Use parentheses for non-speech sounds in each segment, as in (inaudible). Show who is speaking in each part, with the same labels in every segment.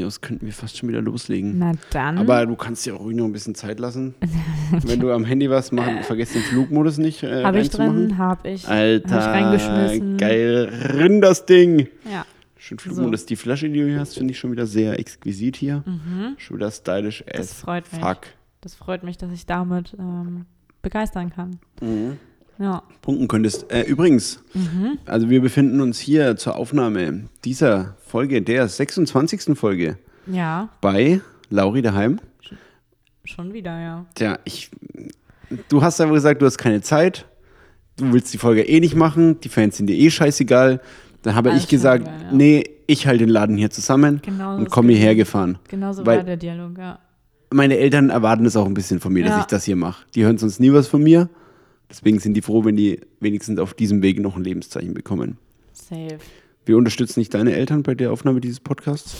Speaker 1: Also wir fast schon wieder loslegen.
Speaker 2: Na dann.
Speaker 1: Aber du kannst dir auch ruhig noch ein bisschen Zeit
Speaker 2: (laughs)
Speaker 1: lassen. Wenn du am Handy was machen, vergiss den Flugmodus nicht. Äh,
Speaker 2: habe ich
Speaker 1: reinzumachen.
Speaker 2: drin, habe ich.
Speaker 1: Alter,
Speaker 2: Hab ich reingeschmissen.
Speaker 1: geil, rinn das Ding.
Speaker 2: Ja.
Speaker 1: Schön Flugmodus. Die Flasche, die du hier hast, finde ich schon wieder sehr exquisit hier. Schon wieder stylisch
Speaker 2: Mhm. Das
Speaker 1: as
Speaker 2: freut mich.
Speaker 1: fuck.
Speaker 2: Das freut mich, dass ich damit ähm, begeistern kann.
Speaker 1: Mhm.
Speaker 2: Ja.
Speaker 1: Punkten könntest. Äh, übrigens,
Speaker 2: Mhm.
Speaker 1: also wir befinden uns hier zur Aufnahme dieser Folge, der 26. Folge
Speaker 2: Ja,
Speaker 1: bei Lauri daheim.
Speaker 2: schon wieder, ja.
Speaker 1: Tja, ich. Du hast einfach gesagt, du hast keine Zeit. Du willst die Folge eh nicht machen. Die Fans sind dir eh scheißegal. Dann habe
Speaker 2: Alles
Speaker 1: ich gesagt,
Speaker 2: scheißegal, ja.
Speaker 1: nee, ich halte den Laden hier zusammen
Speaker 2: Genau so
Speaker 1: und
Speaker 2: ist
Speaker 1: komme hierher gefahren.
Speaker 2: Genauso
Speaker 1: Weil-
Speaker 2: Genau war der Dialog, ja.
Speaker 1: Meine Eltern erwarten es auch ein bisschen von mir, dass
Speaker 2: Ja.
Speaker 1: ich das hier mache. Die hören sonst nie was von mir. Deswegen sind die froh, wenn die wenigstens auf diesem Weg noch ein Lebenszeichen bekommen.
Speaker 2: Safe.
Speaker 1: Wir unterstützen nicht deine Eltern bei der Aufnahme dieses Podcasts.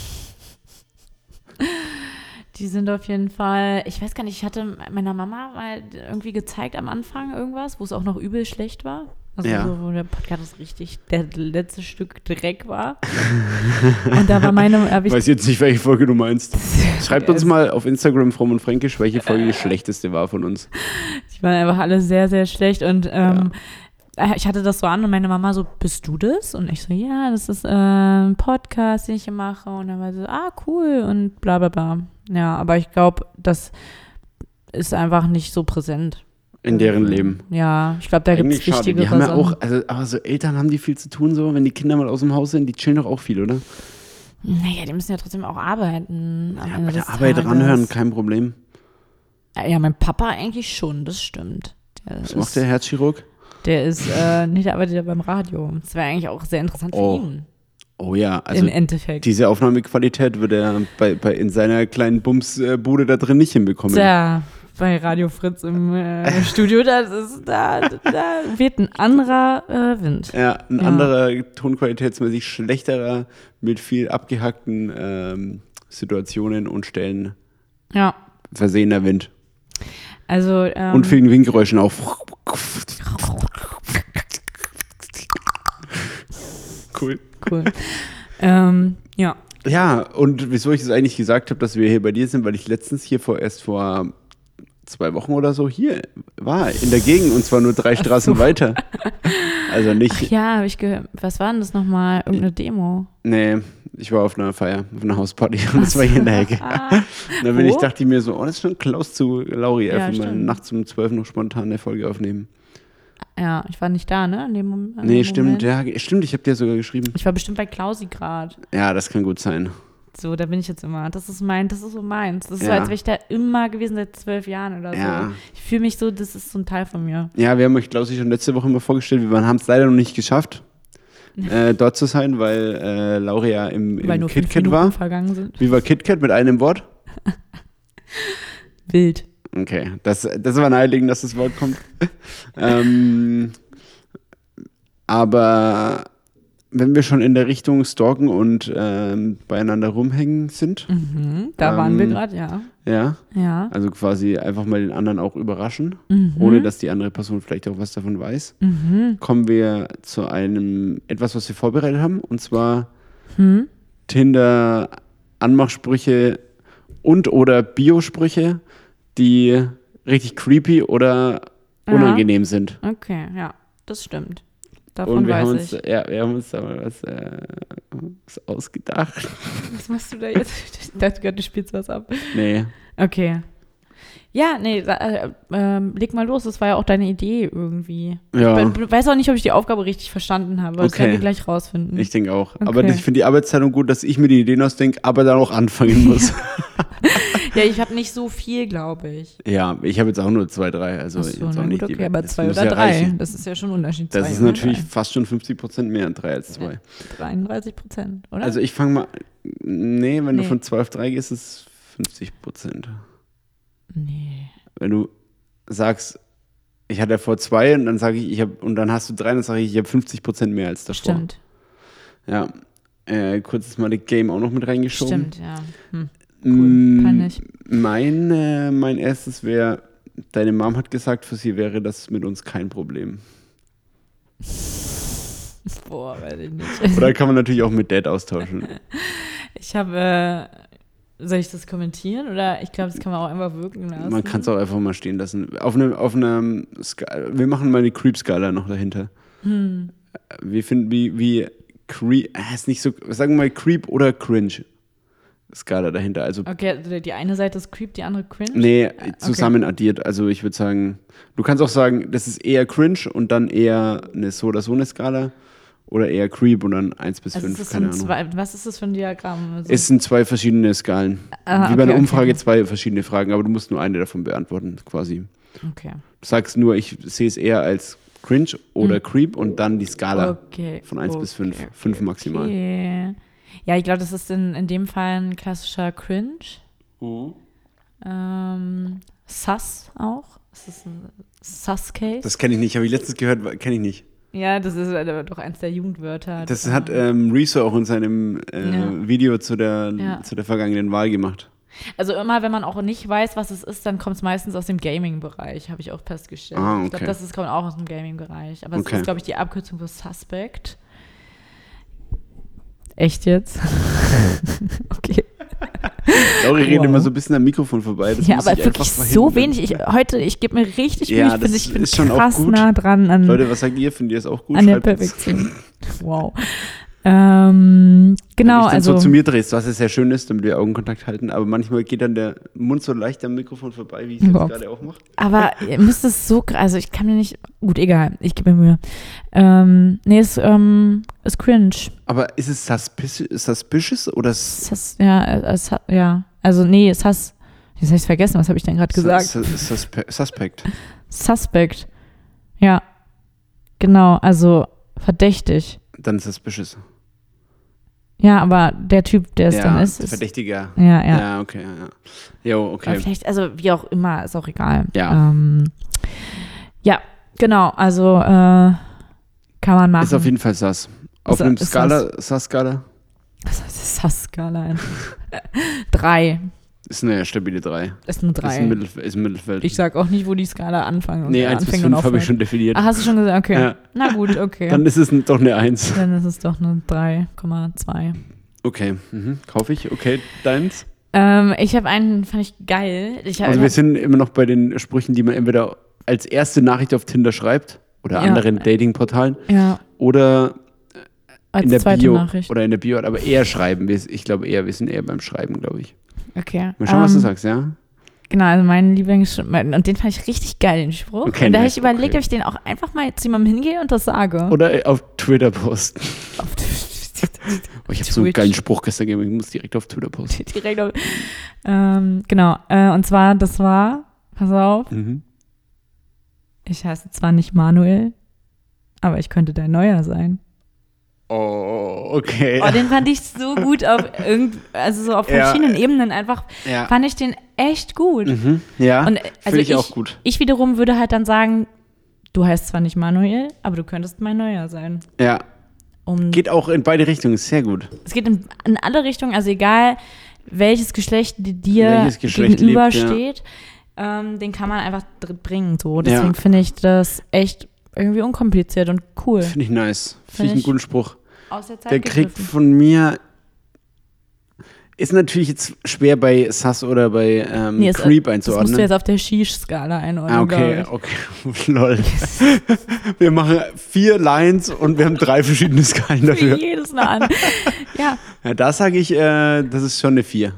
Speaker 2: Die sind auf jeden Fall, ich weiß gar nicht, ich hatte meiner Mama mal irgendwie gezeigt am Anfang irgendwas, wo es auch noch übel schlecht war. Also
Speaker 1: Ja.
Speaker 2: so, wo der Podcast richtig der letzte Stück Dreck war. (laughs) Und da war meine, hab
Speaker 1: Ich
Speaker 2: ich
Speaker 1: weiß jetzt nicht, welche Folge du
Speaker 2: (laughs)
Speaker 1: meinst. Schreibt uns
Speaker 2: Es-
Speaker 1: mal auf Instagram fromm und fränkisch, welche Folge
Speaker 2: Äh.
Speaker 1: die schlechteste war von uns.
Speaker 2: Die waren einfach alle sehr, sehr schlecht. Und ähm, ich hatte das so an und meine Mama so, bist du das? Und ich so, ja, das ist äh, ein Podcast, den ich hier mache. Und dann war sie so, ah, cool und bla bla bla. Ja, aber ich glaube, das ist einfach nicht so präsent.
Speaker 1: In deren
Speaker 2: Äh.
Speaker 1: Leben.
Speaker 2: Ja, ich glaube, da gibt es
Speaker 1: Eigentlich schade.
Speaker 2: wichtigere
Speaker 1: Die haben ja
Speaker 2: Sachen.
Speaker 1: auch, also, aber so Eltern haben die viel zu tun, so, wenn die Kinder mal aus dem Haus sind, die chillen doch auch viel, oder?
Speaker 2: Naja, die müssen ja trotzdem auch arbeiten. am
Speaker 1: Ja,
Speaker 2: Ende
Speaker 1: bei der
Speaker 2: des
Speaker 1: Arbeit
Speaker 2: Tages. Äh,
Speaker 1: ranhören, kein Problem.
Speaker 2: Ja, mein Papa eigentlich schon, das stimmt. Der
Speaker 1: Was
Speaker 2: ist,
Speaker 1: macht der Herzchirurg?
Speaker 2: Der ist, äh, nee, der arbeitet ja beim Radio. Das wäre eigentlich auch sehr interessant
Speaker 1: Oh.
Speaker 2: für ihn.
Speaker 1: Oh ja, also
Speaker 2: Im Endeffekt.
Speaker 1: diese Aufnahmequalität wird er bei, bei, in seiner kleinen Bumsbude da drin nicht hinbekommen.
Speaker 2: Tja, bei Radio Fritz im äh, Studio, das ist, da, da weht ein anderer äh, Wind.
Speaker 1: Ja, ein
Speaker 2: Ja.
Speaker 1: anderer tonqualitätsmäßig schlechterer mit viel abgehackten ähm, Situationen und Stellen
Speaker 2: Ja,
Speaker 1: versehener Wind.
Speaker 2: also ähm,
Speaker 1: Und vielen Windgeräuschen auch. Cool.
Speaker 2: cool. ähm, ja,
Speaker 1: Ja,
Speaker 2: Genau.
Speaker 1: und wieso ich es eigentlich gesagt habe, dass wir hier bei dir sind, weil ich letztens hier vor erst vor zwei Wochen oder so hier war, in der Gegend und zwar nur drei Straßen weiter.
Speaker 2: (laughs)
Speaker 1: Also
Speaker 2: Ach
Speaker 1: nicht,
Speaker 2: ja, hab ich gehört. Was war denn das nochmal? Irgendeine Demo?
Speaker 1: nee, ich war auf einer Feier, auf einer Hausparty und das war hier in der Ecke.
Speaker 2: Ah,
Speaker 1: Und Dann bin
Speaker 2: Wo?
Speaker 1: ich, dachte ich mir so, oh, das ist schon Klaus zu Lauri,
Speaker 2: Ja,
Speaker 1: einfach mal
Speaker 2: stimmt.
Speaker 1: nachts um 12 noch spontan eine Folge aufnehmen.
Speaker 2: ja, ich war nicht da, ne? In dem Mom- an dem Moment.
Speaker 1: nee, stimmt, ja, stimmt, ich habe dir sogar geschrieben.
Speaker 2: Ich war bestimmt bei Klausi gerade.
Speaker 1: Ja, das kann gut sein.
Speaker 2: So, da bin ich jetzt immer. Das ist mein, das ist so meins. Das ist so,
Speaker 1: Ja.
Speaker 2: als wäre ich da immer gewesen seit zwölf Jahren oder so.
Speaker 1: Ja.
Speaker 2: Ich fühle mich so, das ist so ein Teil von mir.
Speaker 1: Ja, wir haben euch, Klausi schon letzte Woche mal vorgestellt, wir haben es leider noch nicht
Speaker 2: (laughs)
Speaker 1: geschafft, äh, dort zu sein, weil äh, Lauri ja im,
Speaker 2: weil
Speaker 1: im
Speaker 2: nur fünf
Speaker 1: KitKat
Speaker 2: Minuten
Speaker 1: war.
Speaker 2: vergangen sind.
Speaker 1: Wie war KitKat mit einem Wort?
Speaker 2: Wild.
Speaker 1: Okay, das, das war naheliegend, dass das Wort kommt.
Speaker 2: (laughs)
Speaker 1: ähm, aber wenn wir schon in der Richtung stalken und ähm, beieinander rumhängen sind,
Speaker 2: Mhm, da waren wir
Speaker 1: Ähm,
Speaker 2: gerade, ja.
Speaker 1: ja,
Speaker 2: Ja.
Speaker 1: also quasi einfach mal den anderen auch überraschen,
Speaker 2: Mhm.
Speaker 1: ohne dass die andere Person vielleicht auch was davon weiß, kommen wir zu einem etwas, was wir vorbereitet haben, und zwar
Speaker 2: Hm?
Speaker 1: Tinder Anmachsprüche und oder Biosprüche, die richtig creepy oder
Speaker 2: Ja.
Speaker 1: unangenehm sind.
Speaker 2: Okay, ja, das stimmt. Davon
Speaker 1: Und wir haben, uns, äh,
Speaker 2: weiß ich.
Speaker 1: ja, wir haben uns da mal was, äh, was ausgedacht.
Speaker 2: Was machst du da jetzt? (laughs) Ich dachte gerade, du spielst was ab.
Speaker 1: Nee.
Speaker 2: Okay. Ja, nee, sa- äh, ähm, leg mal los, das war ja auch deine Idee irgendwie.
Speaker 1: Ja.
Speaker 2: Ich be- weiß auch nicht, ob ich die Aufgabe richtig verstanden habe. Das
Speaker 1: Okay.
Speaker 2: werden wir gleich rausfinden.
Speaker 1: Ich denke auch. Aber
Speaker 2: Okay.
Speaker 1: ich finde die Arbeitsteilung gut, dass ich mir die Ideen ausdenke, aber dann auch anfangen muss.
Speaker 2: ja, ich habe nicht so viel, glaube ich.
Speaker 1: Ja, ich habe jetzt auch nur zwei, drei. Also
Speaker 2: Ach so,
Speaker 1: jetzt auch
Speaker 2: na gut,
Speaker 1: nicht die
Speaker 2: okay,
Speaker 1: Welt.
Speaker 2: aber
Speaker 1: Das
Speaker 2: zwei
Speaker 1: muss
Speaker 2: oder
Speaker 1: ja
Speaker 2: drei.
Speaker 1: reichen.
Speaker 2: Das ist ja schon ein Unterschied.
Speaker 1: Das
Speaker 2: zwei
Speaker 1: ist
Speaker 2: oder
Speaker 1: natürlich
Speaker 2: drei.
Speaker 1: fast schon 50 Prozent mehr, drei als zwei.
Speaker 2: 33 Prozent, oder?
Speaker 1: Also ich fange mal. Nee, wenn
Speaker 2: Nee.
Speaker 1: du von 12 auf 3 gehst, ist es 50 Prozent.
Speaker 2: nee.
Speaker 1: Wenn du sagst, ich hatte vor zwei und dann sage ich, ich habe und dann hast du drei, dann sage ich, ich habe 50 Prozent mehr als davor.
Speaker 2: Stimmt,
Speaker 1: Ja. Äh, kurzes Mal die Game auch noch mit reingeschoben.
Speaker 2: stimmt, ja. Hm.
Speaker 1: Mm,
Speaker 2: peinlich.
Speaker 1: Mein, äh, mein erstes wäre, deine Mom hat gesagt, für sie wäre das mit uns kein Problem.
Speaker 2: Boah, weiß ich nicht. (laughs)
Speaker 1: Oder kann man natürlich auch mit Dad austauschen.
Speaker 2: Ich habe, äh, Soll ich das kommentieren? Oder ich glaube, das kann man auch einfach wirken lassen.
Speaker 1: Man kann es auch einfach mal stehen lassen. Auf einem, auf einem Skala, wir machen mal eine Creep-Skala noch dahinter.
Speaker 2: Hm.
Speaker 1: Wir finden, wie, wie Creep, ah, ist nicht so, sagen wir mal Creep oder Cringe-Skala dahinter. Also,
Speaker 2: Okay, also die eine Seite ist creep, die andere cringe.
Speaker 1: nee, zusammen addiert. Also, ich würde sagen, du kannst auch sagen, das ist eher Cringe und dann eher eine so oder so eine Skala oder eher Creep und dann 1 bis
Speaker 2: Also ist
Speaker 1: 5,
Speaker 2: das so
Speaker 1: keine
Speaker 2: ein
Speaker 1: Ahnung.
Speaker 2: zwei, was ist das für ein Diagramm? Also,
Speaker 1: Es sind zwei verschiedene Skalen. Wie
Speaker 2: Ah,
Speaker 1: bei
Speaker 2: okay,
Speaker 1: einer
Speaker 2: okay.
Speaker 1: Umfrage zwei verschiedene Fragen, aber du musst nur eine davon beantworten, quasi.
Speaker 2: okay.
Speaker 1: Du sagst nur, ich sehe es eher als cringe oder creep und dann die Skala
Speaker 2: Mhm. okay.
Speaker 1: von 1 bis
Speaker 2: okay,
Speaker 1: 5. 5 maximal.
Speaker 2: Okay. Ja, ich glaube, das ist in, in dem Fall ein klassischer Cringe.
Speaker 1: Mhm.
Speaker 2: Ähm, Sus auch. Das ist ein Sus-Case.
Speaker 1: Das kenne ich nicht, habe ich letztens gehört, kenne ich nicht.
Speaker 2: Ja, das ist aber doch eins der Jugendwörter.
Speaker 1: Das
Speaker 2: die-
Speaker 1: hat ähm, Rezo auch in seinem äh,
Speaker 2: Ja.
Speaker 1: Video zu der,
Speaker 2: Ja.
Speaker 1: zu der vergangenen Wahl gemacht.
Speaker 2: Also immer, wenn man auch nicht weiß, was es ist, dann kommt es meistens aus dem Gaming-Bereich, habe ich auch festgestellt.
Speaker 1: Ah,
Speaker 2: Ich glaube,
Speaker 1: okay.
Speaker 2: das ist, kommt auch aus dem Gaming-Bereich. Aber
Speaker 1: Okay.
Speaker 2: es ist, glaube ich, die Abkürzung für Suspect. Echt jetzt? (laughs) okay.
Speaker 1: Laura redet
Speaker 2: Wow.
Speaker 1: immer so ein bisschen am Mikrofon vorbei. Das
Speaker 2: ja,
Speaker 1: muss
Speaker 2: aber
Speaker 1: ich
Speaker 2: wirklich
Speaker 1: einfach
Speaker 2: so
Speaker 1: verhindern.
Speaker 2: wenig. Ich, heute, ich gebe mir richtig
Speaker 1: Ja,
Speaker 2: Mühe. Ich
Speaker 1: das
Speaker 2: bin, ich bin
Speaker 1: ist schon auch
Speaker 2: krass
Speaker 1: gut.
Speaker 2: nah dran an,
Speaker 1: Leute, was sagt ihr? Findet ihr es auch gut?
Speaker 2: an der
Speaker 1: Schreibt uns.
Speaker 2: Perfektion. wow. Ähm, genau,
Speaker 1: Wenn ich dann
Speaker 2: also.
Speaker 1: so zu mir drehst, was ja sehr schön ist, damit wir Augenkontakt halten, aber manchmal geht dann der Mund so leicht am Mikrofon vorbei, wie ich es jetzt
Speaker 2: Wow.
Speaker 1: gerade auch mache.
Speaker 2: Aber ihr müsst es so, gra- also ich kann mir nicht, gut, egal, ich gebe mir Mühe. Ähm, nee, ist, ähm, ist cringe.
Speaker 1: Aber ist es suspicious, suspicious oder s-
Speaker 2: Ist das, ja, äh, es hat, ja, also nee, ist das, jetzt habe ich vergessen, was habe ich denn gerade gesagt?
Speaker 1: su- suspe suspect?
Speaker 2: Suspect. Ja, genau, also verdächtig.
Speaker 1: Dann suspicious.
Speaker 2: Ja, aber der Typ, der es
Speaker 1: ja,
Speaker 2: dann ist,
Speaker 1: der
Speaker 2: ist
Speaker 1: Verdächtiger.
Speaker 2: ja, ja.
Speaker 1: Ja, okay. Ja, ja. Jo,
Speaker 2: Aber
Speaker 1: okay.
Speaker 2: vielleicht, also wie auch immer, ist auch egal.
Speaker 1: Ja.
Speaker 2: Ähm, ja, genau, also äh, kann man machen.
Speaker 1: Ist auf jeden Fall sus. Auf
Speaker 2: Ist-
Speaker 1: einem
Speaker 2: Also ist
Speaker 1: Skala, sus-Skala,
Speaker 2: Das ist Saskala. einfach. (laughs) Drei.
Speaker 1: ist eine stabile 3.
Speaker 2: Ist eine
Speaker 1: Ist ein,
Speaker 2: Drei.
Speaker 1: Mittelf ist ein Mittelfeld.
Speaker 2: Ich sag auch nicht, wo die Skala anfangen und
Speaker 1: nee, 1 bis
Speaker 2: anfängt und
Speaker 1: 5 habe
Speaker 2: aufhört.
Speaker 1: ich schon definiert.
Speaker 2: Ach, hast du schon gesagt? Okay.
Speaker 1: Ja.
Speaker 2: Na gut, okay.
Speaker 1: Dann
Speaker 2: Dann,
Speaker 1: ist es n- doch eine 1.
Speaker 2: ist es doch eine 3,2.
Speaker 1: Okay, mhm. kaufe ich. Okay, deins.
Speaker 2: Ähm, ich habe einen, fand ich geil. Ich hab,
Speaker 1: Also wir sind immer noch bei den Sprüchen, die man entweder als erste Nachricht auf Tinder schreibt oder
Speaker 2: Ja.
Speaker 1: anderen Datingportalen
Speaker 2: ja,
Speaker 1: oder
Speaker 2: als
Speaker 1: in der
Speaker 2: zweite
Speaker 1: Bio
Speaker 2: Nachricht.
Speaker 1: oder in der Bio, aber eher schreiben. Wir- Ich glaube eher, wir sind eher beim Schreiben, glaube ich.
Speaker 2: Okay.
Speaker 1: Mal schauen, was du
Speaker 2: Ähm,
Speaker 1: sagst, ja?
Speaker 2: Genau, also mein Lieblings... mein- Und den fand ich richtig geil, den Spruch.
Speaker 1: Okay,
Speaker 2: und da
Speaker 1: nice,
Speaker 2: habe ich überlegt,
Speaker 1: okay.
Speaker 2: ob ich den auch einfach mal zu jemandem hingehe und das (laughs) sage.
Speaker 1: Oder auf Twitter posten. Oh, ich habe so einen
Speaker 2: Twitch.
Speaker 1: geilen Spruch gestern gegeben, ich muss direkt auf Twitter posten.
Speaker 2: (laughs) Direkt auf, ähm, genau, äh, und zwar, das war, pass auf,
Speaker 1: Mhm.
Speaker 2: ich heiße zwar nicht Manuel, aber ich könnte dein Neuer sein.
Speaker 1: Oh, okay.
Speaker 2: Oh, den fand ich so gut auf irgend, also so auf
Speaker 1: Ja.
Speaker 2: verschiedenen Ebenen einfach,
Speaker 1: ja.
Speaker 2: fand ich den echt gut.
Speaker 1: Mhm. ja.
Speaker 2: Und äh, also
Speaker 1: Finde
Speaker 2: ich,
Speaker 1: ich auch gut.
Speaker 2: ich wiederum würde halt dann sagen, du heißt zwar nicht Manuel, aber du könntest mein Neuer sein.
Speaker 1: Ja,
Speaker 2: Um,
Speaker 1: geht auch in beide Richtungen, ist sehr gut.
Speaker 2: es geht in, in alle Richtungen, also egal welches Geschlecht di- dir
Speaker 1: Welches Geschlecht
Speaker 2: gegenübersteht, ähm, den kann man einfach dr- bringen. So. Deswegen
Speaker 1: Ja.
Speaker 2: finde ich das echt irgendwie unkompliziert und cool.
Speaker 1: Finde ich nice. Finde
Speaker 2: Find
Speaker 1: ich einen
Speaker 2: ich-
Speaker 1: guten Spruch.
Speaker 2: Aus der Zeit
Speaker 1: Der kriegt
Speaker 2: gegriffen.
Speaker 1: von mir. Ist natürlich jetzt schwer bei Sass oder bei ähm,
Speaker 2: Nee, es-
Speaker 1: Creep
Speaker 2: Das musst du
Speaker 1: einzuordnen.
Speaker 2: jetzt auf der Shish-Skala einordnen.
Speaker 1: Ah, okay,
Speaker 2: glaub
Speaker 1: okay. (laughs)
Speaker 2: (laughs)
Speaker 1: Lol. wir machen vier Lines und wir haben drei verschiedene Skalen
Speaker 2: ich. Für
Speaker 1: dafür.
Speaker 2: jedes
Speaker 1: (laughs)
Speaker 2: Mal an. ja,
Speaker 1: Ja, da sage ich, äh, das ist schon eine vier.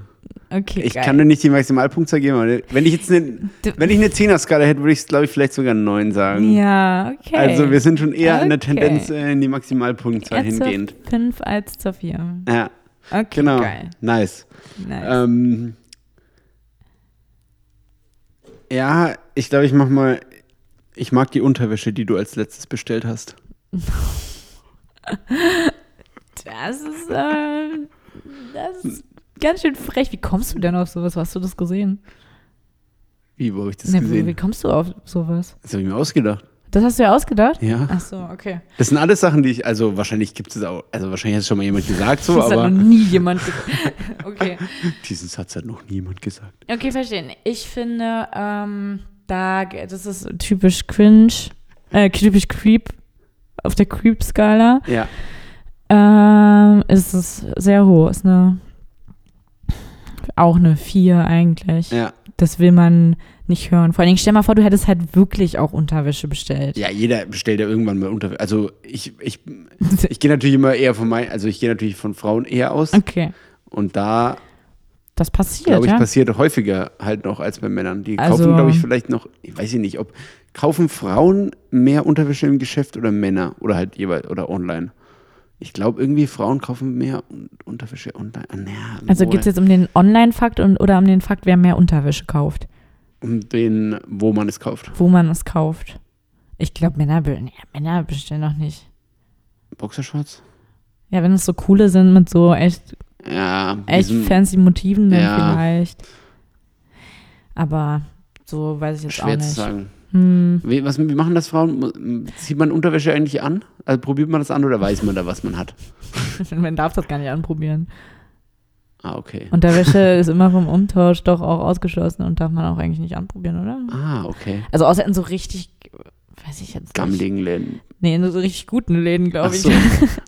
Speaker 2: okay.
Speaker 1: Ich
Speaker 2: geil.
Speaker 1: kann dir nicht die Maximalpunktzahl geben, aber wenn ich jetzt eine,
Speaker 2: Du-
Speaker 1: wenn ich eine Zehner-Skala hätte, würde ich es, glaube ich, vielleicht sogar eine neun sagen.
Speaker 2: Ja, okay.
Speaker 1: Also wir sind schon eher in der
Speaker 2: Okay.
Speaker 1: Tendenz äh, in die Maximalpunktzahl
Speaker 2: Eher zur
Speaker 1: hingehend.
Speaker 2: 5 als zur 4.
Speaker 1: Ja,
Speaker 2: Okay,
Speaker 1: genau.
Speaker 2: geil.
Speaker 1: Nice.
Speaker 2: Nice.
Speaker 1: Ähm, ja, ich glaube, ich mach mal. Ich mag die Unterwäsche, die du als letztes bestellt hast.
Speaker 2: Das ist, ähm, das ist ganz schön frech. Wie kommst du denn auf sowas? Wo Hast du das gesehen?
Speaker 1: Wie, wo habe ich das
Speaker 2: Na, wie, wie
Speaker 1: gesehen?
Speaker 2: kommst du auf sowas?
Speaker 1: Das habe ich mir ausgedacht.
Speaker 2: Das hast du ja ausgedacht?
Speaker 1: Ja.
Speaker 2: Ach so, okay.
Speaker 1: Das sind alles Sachen, die ich, also wahrscheinlich gibt es auch, also wahrscheinlich hat es schon mal jemand gesagt so,
Speaker 2: (laughs) das hat
Speaker 1: aber
Speaker 2: noch nie jemand. ge- (laughs) okay.
Speaker 1: diesen Satz hat noch niemand gesagt.
Speaker 2: Okay, verstehen. Ich finde, ähm, da, ge- das ist typisch cringe, äh, typisch creep, auf der Creep-Skala.
Speaker 1: Ja.
Speaker 2: Ähm, ist es sehr hoch, ist eine Auch eine 4 eigentlich.
Speaker 1: Ja.
Speaker 2: Das will man nicht hören. Vor allen Dingen, stell mal vor, du hättest halt wirklich auch Unterwäsche bestellt.
Speaker 1: Ja, jeder bestellt ja irgendwann mal unter. Also ich, ich, ich gehe natürlich immer eher von mein, also ich gehe natürlich von Frauen eher aus.
Speaker 2: Okay.
Speaker 1: Und da,
Speaker 2: Das passiert,
Speaker 1: glaube ich,
Speaker 2: ja.
Speaker 1: passiert häufiger halt noch als bei Männern. Die
Speaker 2: Also-
Speaker 1: kaufen, glaube ich, vielleicht noch, ich weiß nicht, ob kaufen Frauen mehr Unterwäsche im Geschäft oder Männer oder halt jeweils oder online. Ich glaube, irgendwie Frauen kaufen mehr Un- Unterwäsche online. Ah, na,
Speaker 2: also
Speaker 1: wohl.
Speaker 2: geht es jetzt um den Online-Fakt und, oder um den Fakt, wer mehr Unterwäsche kauft,
Speaker 1: um den, wo man es kauft.
Speaker 2: wo man es kauft. Ich glaube, Männer, be- nee, Männer bestellen noch nicht.
Speaker 1: Boxershorts?
Speaker 2: Ja, wenn es so coole sind mit so echt,
Speaker 1: Ja, die
Speaker 2: echt
Speaker 1: sind
Speaker 2: fancy Motiven dann
Speaker 1: Ja.
Speaker 2: vielleicht. Aber so weiß ich jetzt auch
Speaker 1: schwer zu
Speaker 2: nicht.
Speaker 1: sagen.
Speaker 2: Hm, (laughs)
Speaker 1: Wie, was, wie machen das Frauen? M- Zieht man Unterwäsche eigentlich an? Also probiert man das an oder weiß man da, was man hat?
Speaker 2: man darf das gar nicht anprobieren.
Speaker 1: Ah, okay.
Speaker 2: Unterwäsche (laughs) ist immer vom Umtausch doch auch ausgeschlossen und darf man auch eigentlich nicht anprobieren, oder?
Speaker 1: Ah, okay.
Speaker 2: Also außer in so richtig, weiß ich jetzt nicht.
Speaker 1: Gammeligen Läden.
Speaker 2: Nee, in so richtig guten Läden,
Speaker 1: Ach
Speaker 2: glaube ich.
Speaker 1: so.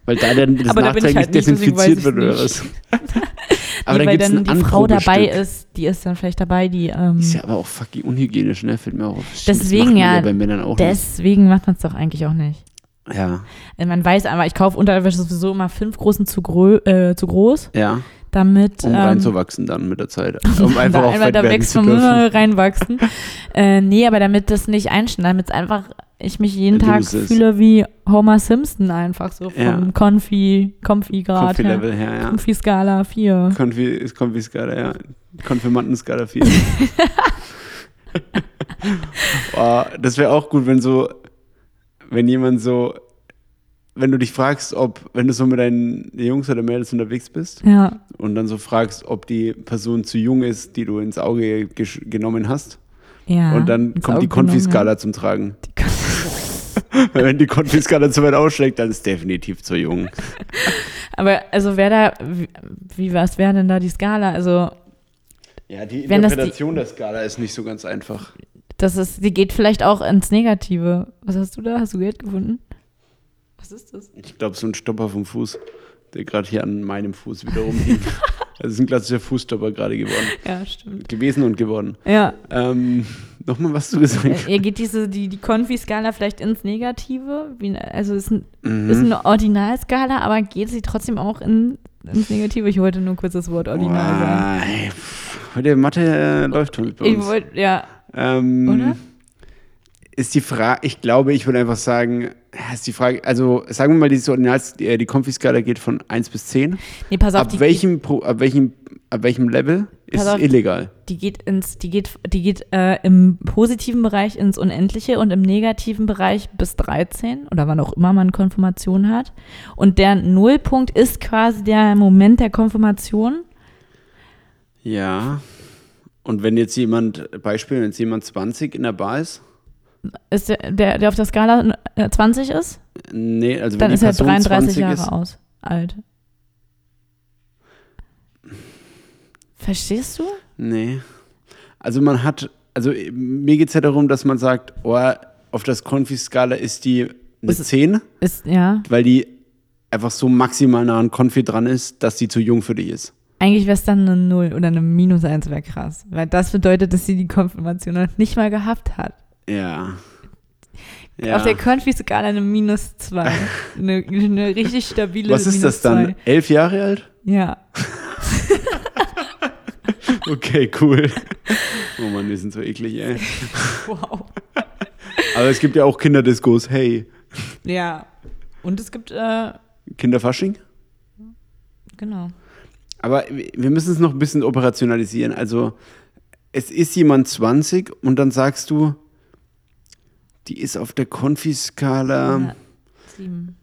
Speaker 1: Weil da dann das
Speaker 2: (laughs) Aber da bin ich
Speaker 1: nachträglich
Speaker 2: halt nicht, deswegen weiß
Speaker 1: desinfiziert
Speaker 2: ich's
Speaker 1: wird oder was?
Speaker 2: (laughs)
Speaker 1: Aber
Speaker 2: nee,
Speaker 1: dann
Speaker 2: weil
Speaker 1: gibt es
Speaker 2: dann
Speaker 1: ein
Speaker 2: die Frau dabei
Speaker 1: Anprobestück.
Speaker 2: ist, die ist dann vielleicht dabei, die ähm,
Speaker 1: Ist ja aber auch fucking unhygienisch, ne? Fällt mir auch auf. Stimmt, das
Speaker 2: Deswegen
Speaker 1: macht man
Speaker 2: ja,
Speaker 1: Bei Männern auch
Speaker 2: deswegen macht man es doch eigentlich auch nicht.
Speaker 1: nicht. Ja,
Speaker 2: Äh, Man weiß aber, ich kaufe Unterwäsche sowieso immer fünf großen zu, grö äh, zu groß,
Speaker 1: ja.
Speaker 2: damit
Speaker 1: Um
Speaker 2: ähm,
Speaker 1: reinzuwachsen dann mit der
Speaker 2: (laughs)
Speaker 1: Zeit. Um einfach
Speaker 2: da,
Speaker 1: auch fett
Speaker 2: da
Speaker 1: werden
Speaker 2: wächst
Speaker 1: zu
Speaker 2: vom
Speaker 1: dürfen. (laughs)
Speaker 2: reinwachsen. äh, nee, aber damit das nicht einschneidet, damit es einfach ich mich jeden
Speaker 1: Du
Speaker 2: Tag
Speaker 1: bist es.
Speaker 2: fühle wie Homer Simpson einfach so vom
Speaker 1: Ja.
Speaker 2: Confi, Confi-Grad her.
Speaker 1: Konfi-Level her, ja.
Speaker 2: Confi-Skala 4.
Speaker 1: (laughs) Konfi ist Konfiskala, ja. Konfirmandenskala 4.
Speaker 2: (laughs)
Speaker 1: Boah, das wäre auch gut, wenn so, wenn jemand so, wenn du dich fragst, ob, wenn du so mit deinen Jungs oder Mädels unterwegs bist
Speaker 2: Ja.
Speaker 1: und dann so fragst, ob die Person zu jung ist, die du ins Auge gesch- genommen hast.
Speaker 2: ja.
Speaker 1: und dann
Speaker 2: ins
Speaker 1: kommt die
Speaker 2: Auge genommen,
Speaker 1: Konfiskala zum Tragen. (laughs)
Speaker 2: ja. Die Konfi-
Speaker 1: Weil wenn die Konfiskala zu weit ausschlägt, dann ist definitiv zu jung.
Speaker 2: Aber also wer da, wie, wie was wäre denn da die Skala? Also
Speaker 1: Ja, die
Speaker 2: Wenn das die-
Speaker 1: Interpretation der Skala ist nicht so ganz einfach.
Speaker 2: das ist, die geht vielleicht auch ins Negative. Was hast du da? Hast du Geld gefunden? Was ist das?
Speaker 1: Ich glaube, so ein Stopper vom Fuß, der gerade hier an meinem Fuß wieder
Speaker 2: (laughs)
Speaker 1: rumliegt. Das ist ein klassischer Fußstopper gerade geworden.
Speaker 2: Ja, stimmt.
Speaker 1: Gewesen und geworden.
Speaker 2: Ja,
Speaker 1: Ähm, Nochmal, was du gesagt hast.
Speaker 2: ihr geht diese, die, die Konfi-Skala vielleicht ins Negative. Wie, also ist, ein, ist
Speaker 1: Mhm.
Speaker 2: eine Ordinalskala, aber geht sie trotzdem auch in, ins Negative? Ich wollte nur kurz das Wort Ordinal sagen.
Speaker 1: Wow, ey, pff, Heute Mathe äh, läuft heute bei
Speaker 2: Ich
Speaker 1: uns.
Speaker 2: wollte, ja,
Speaker 1: Ähm,
Speaker 2: Oder?
Speaker 1: Ist die Frage, ich glaube, ich würde einfach sagen, ja, ist die Frage, also sagen wir mal, dieses Ordinals, äh, die, die Konfiskala geht von 1 bis 10.
Speaker 2: nee, pass auf,
Speaker 1: Ab
Speaker 2: die,
Speaker 1: welchem, Pro, ab, welchem, ab welchem Level ist
Speaker 2: Pass
Speaker 1: es
Speaker 2: auf.
Speaker 1: illegal?
Speaker 2: die geht ins, die geht, die geht äh, im positiven Bereich ins Unendliche und im negativen Bereich bis 13 oder wann auch immer man Konfirmation hat. Und der Nullpunkt ist quasi der Moment der Konfirmation.
Speaker 1: Ja. Und wenn jetzt jemand, Beispiel, wenn jetzt jemand 20 in der Bar ist,
Speaker 2: Ist der, der, der auf der Skala äh, 20 ist,
Speaker 1: nee, also
Speaker 2: dann
Speaker 1: wenn
Speaker 2: ist
Speaker 1: die
Speaker 2: er
Speaker 1: Person
Speaker 2: 33
Speaker 1: 20
Speaker 2: Jahre
Speaker 1: ist,
Speaker 2: aus, alt. Verstehst du?
Speaker 1: nee. Also man hat, also äh, mir geht es ja darum, dass man sagt, oh, auf das Konfiskala ist die eine
Speaker 2: Ist es-
Speaker 1: 10,
Speaker 2: Ist, ja.
Speaker 1: weil die einfach so maximal nah an Konfi dran ist, dass sie zu jung für dich ist.
Speaker 2: Eigentlich wäre es dann eine 0 oder eine Minus 1 wäre krass. Weil das bedeutet, dass sie die Konfirmation noch nicht mal gehabt hat.
Speaker 1: Ja.
Speaker 2: Auf der Konfi-Skala eine minus 2.
Speaker 1: (laughs)
Speaker 2: eine, eine richtig stabile
Speaker 1: Was ist
Speaker 2: minus
Speaker 1: das dann?
Speaker 2: Zwei.
Speaker 1: Elf Jahre alt?
Speaker 2: Ja.
Speaker 1: (laughs) Okay, cool. Oh Mann, wir sind so eklig, ey.
Speaker 2: Wow.
Speaker 1: Aber es gibt ja auch Kinderdiscos. Hey,
Speaker 2: Ja. Und es gibt, äh,
Speaker 1: Kinderfasching?
Speaker 2: genau.
Speaker 1: Aber wir müssen es noch ein bisschen operationalisieren. Also, es ist jemand 20 und dann sagst du, die ist auf der Konfiskala.
Speaker 2: Ja. Sieben.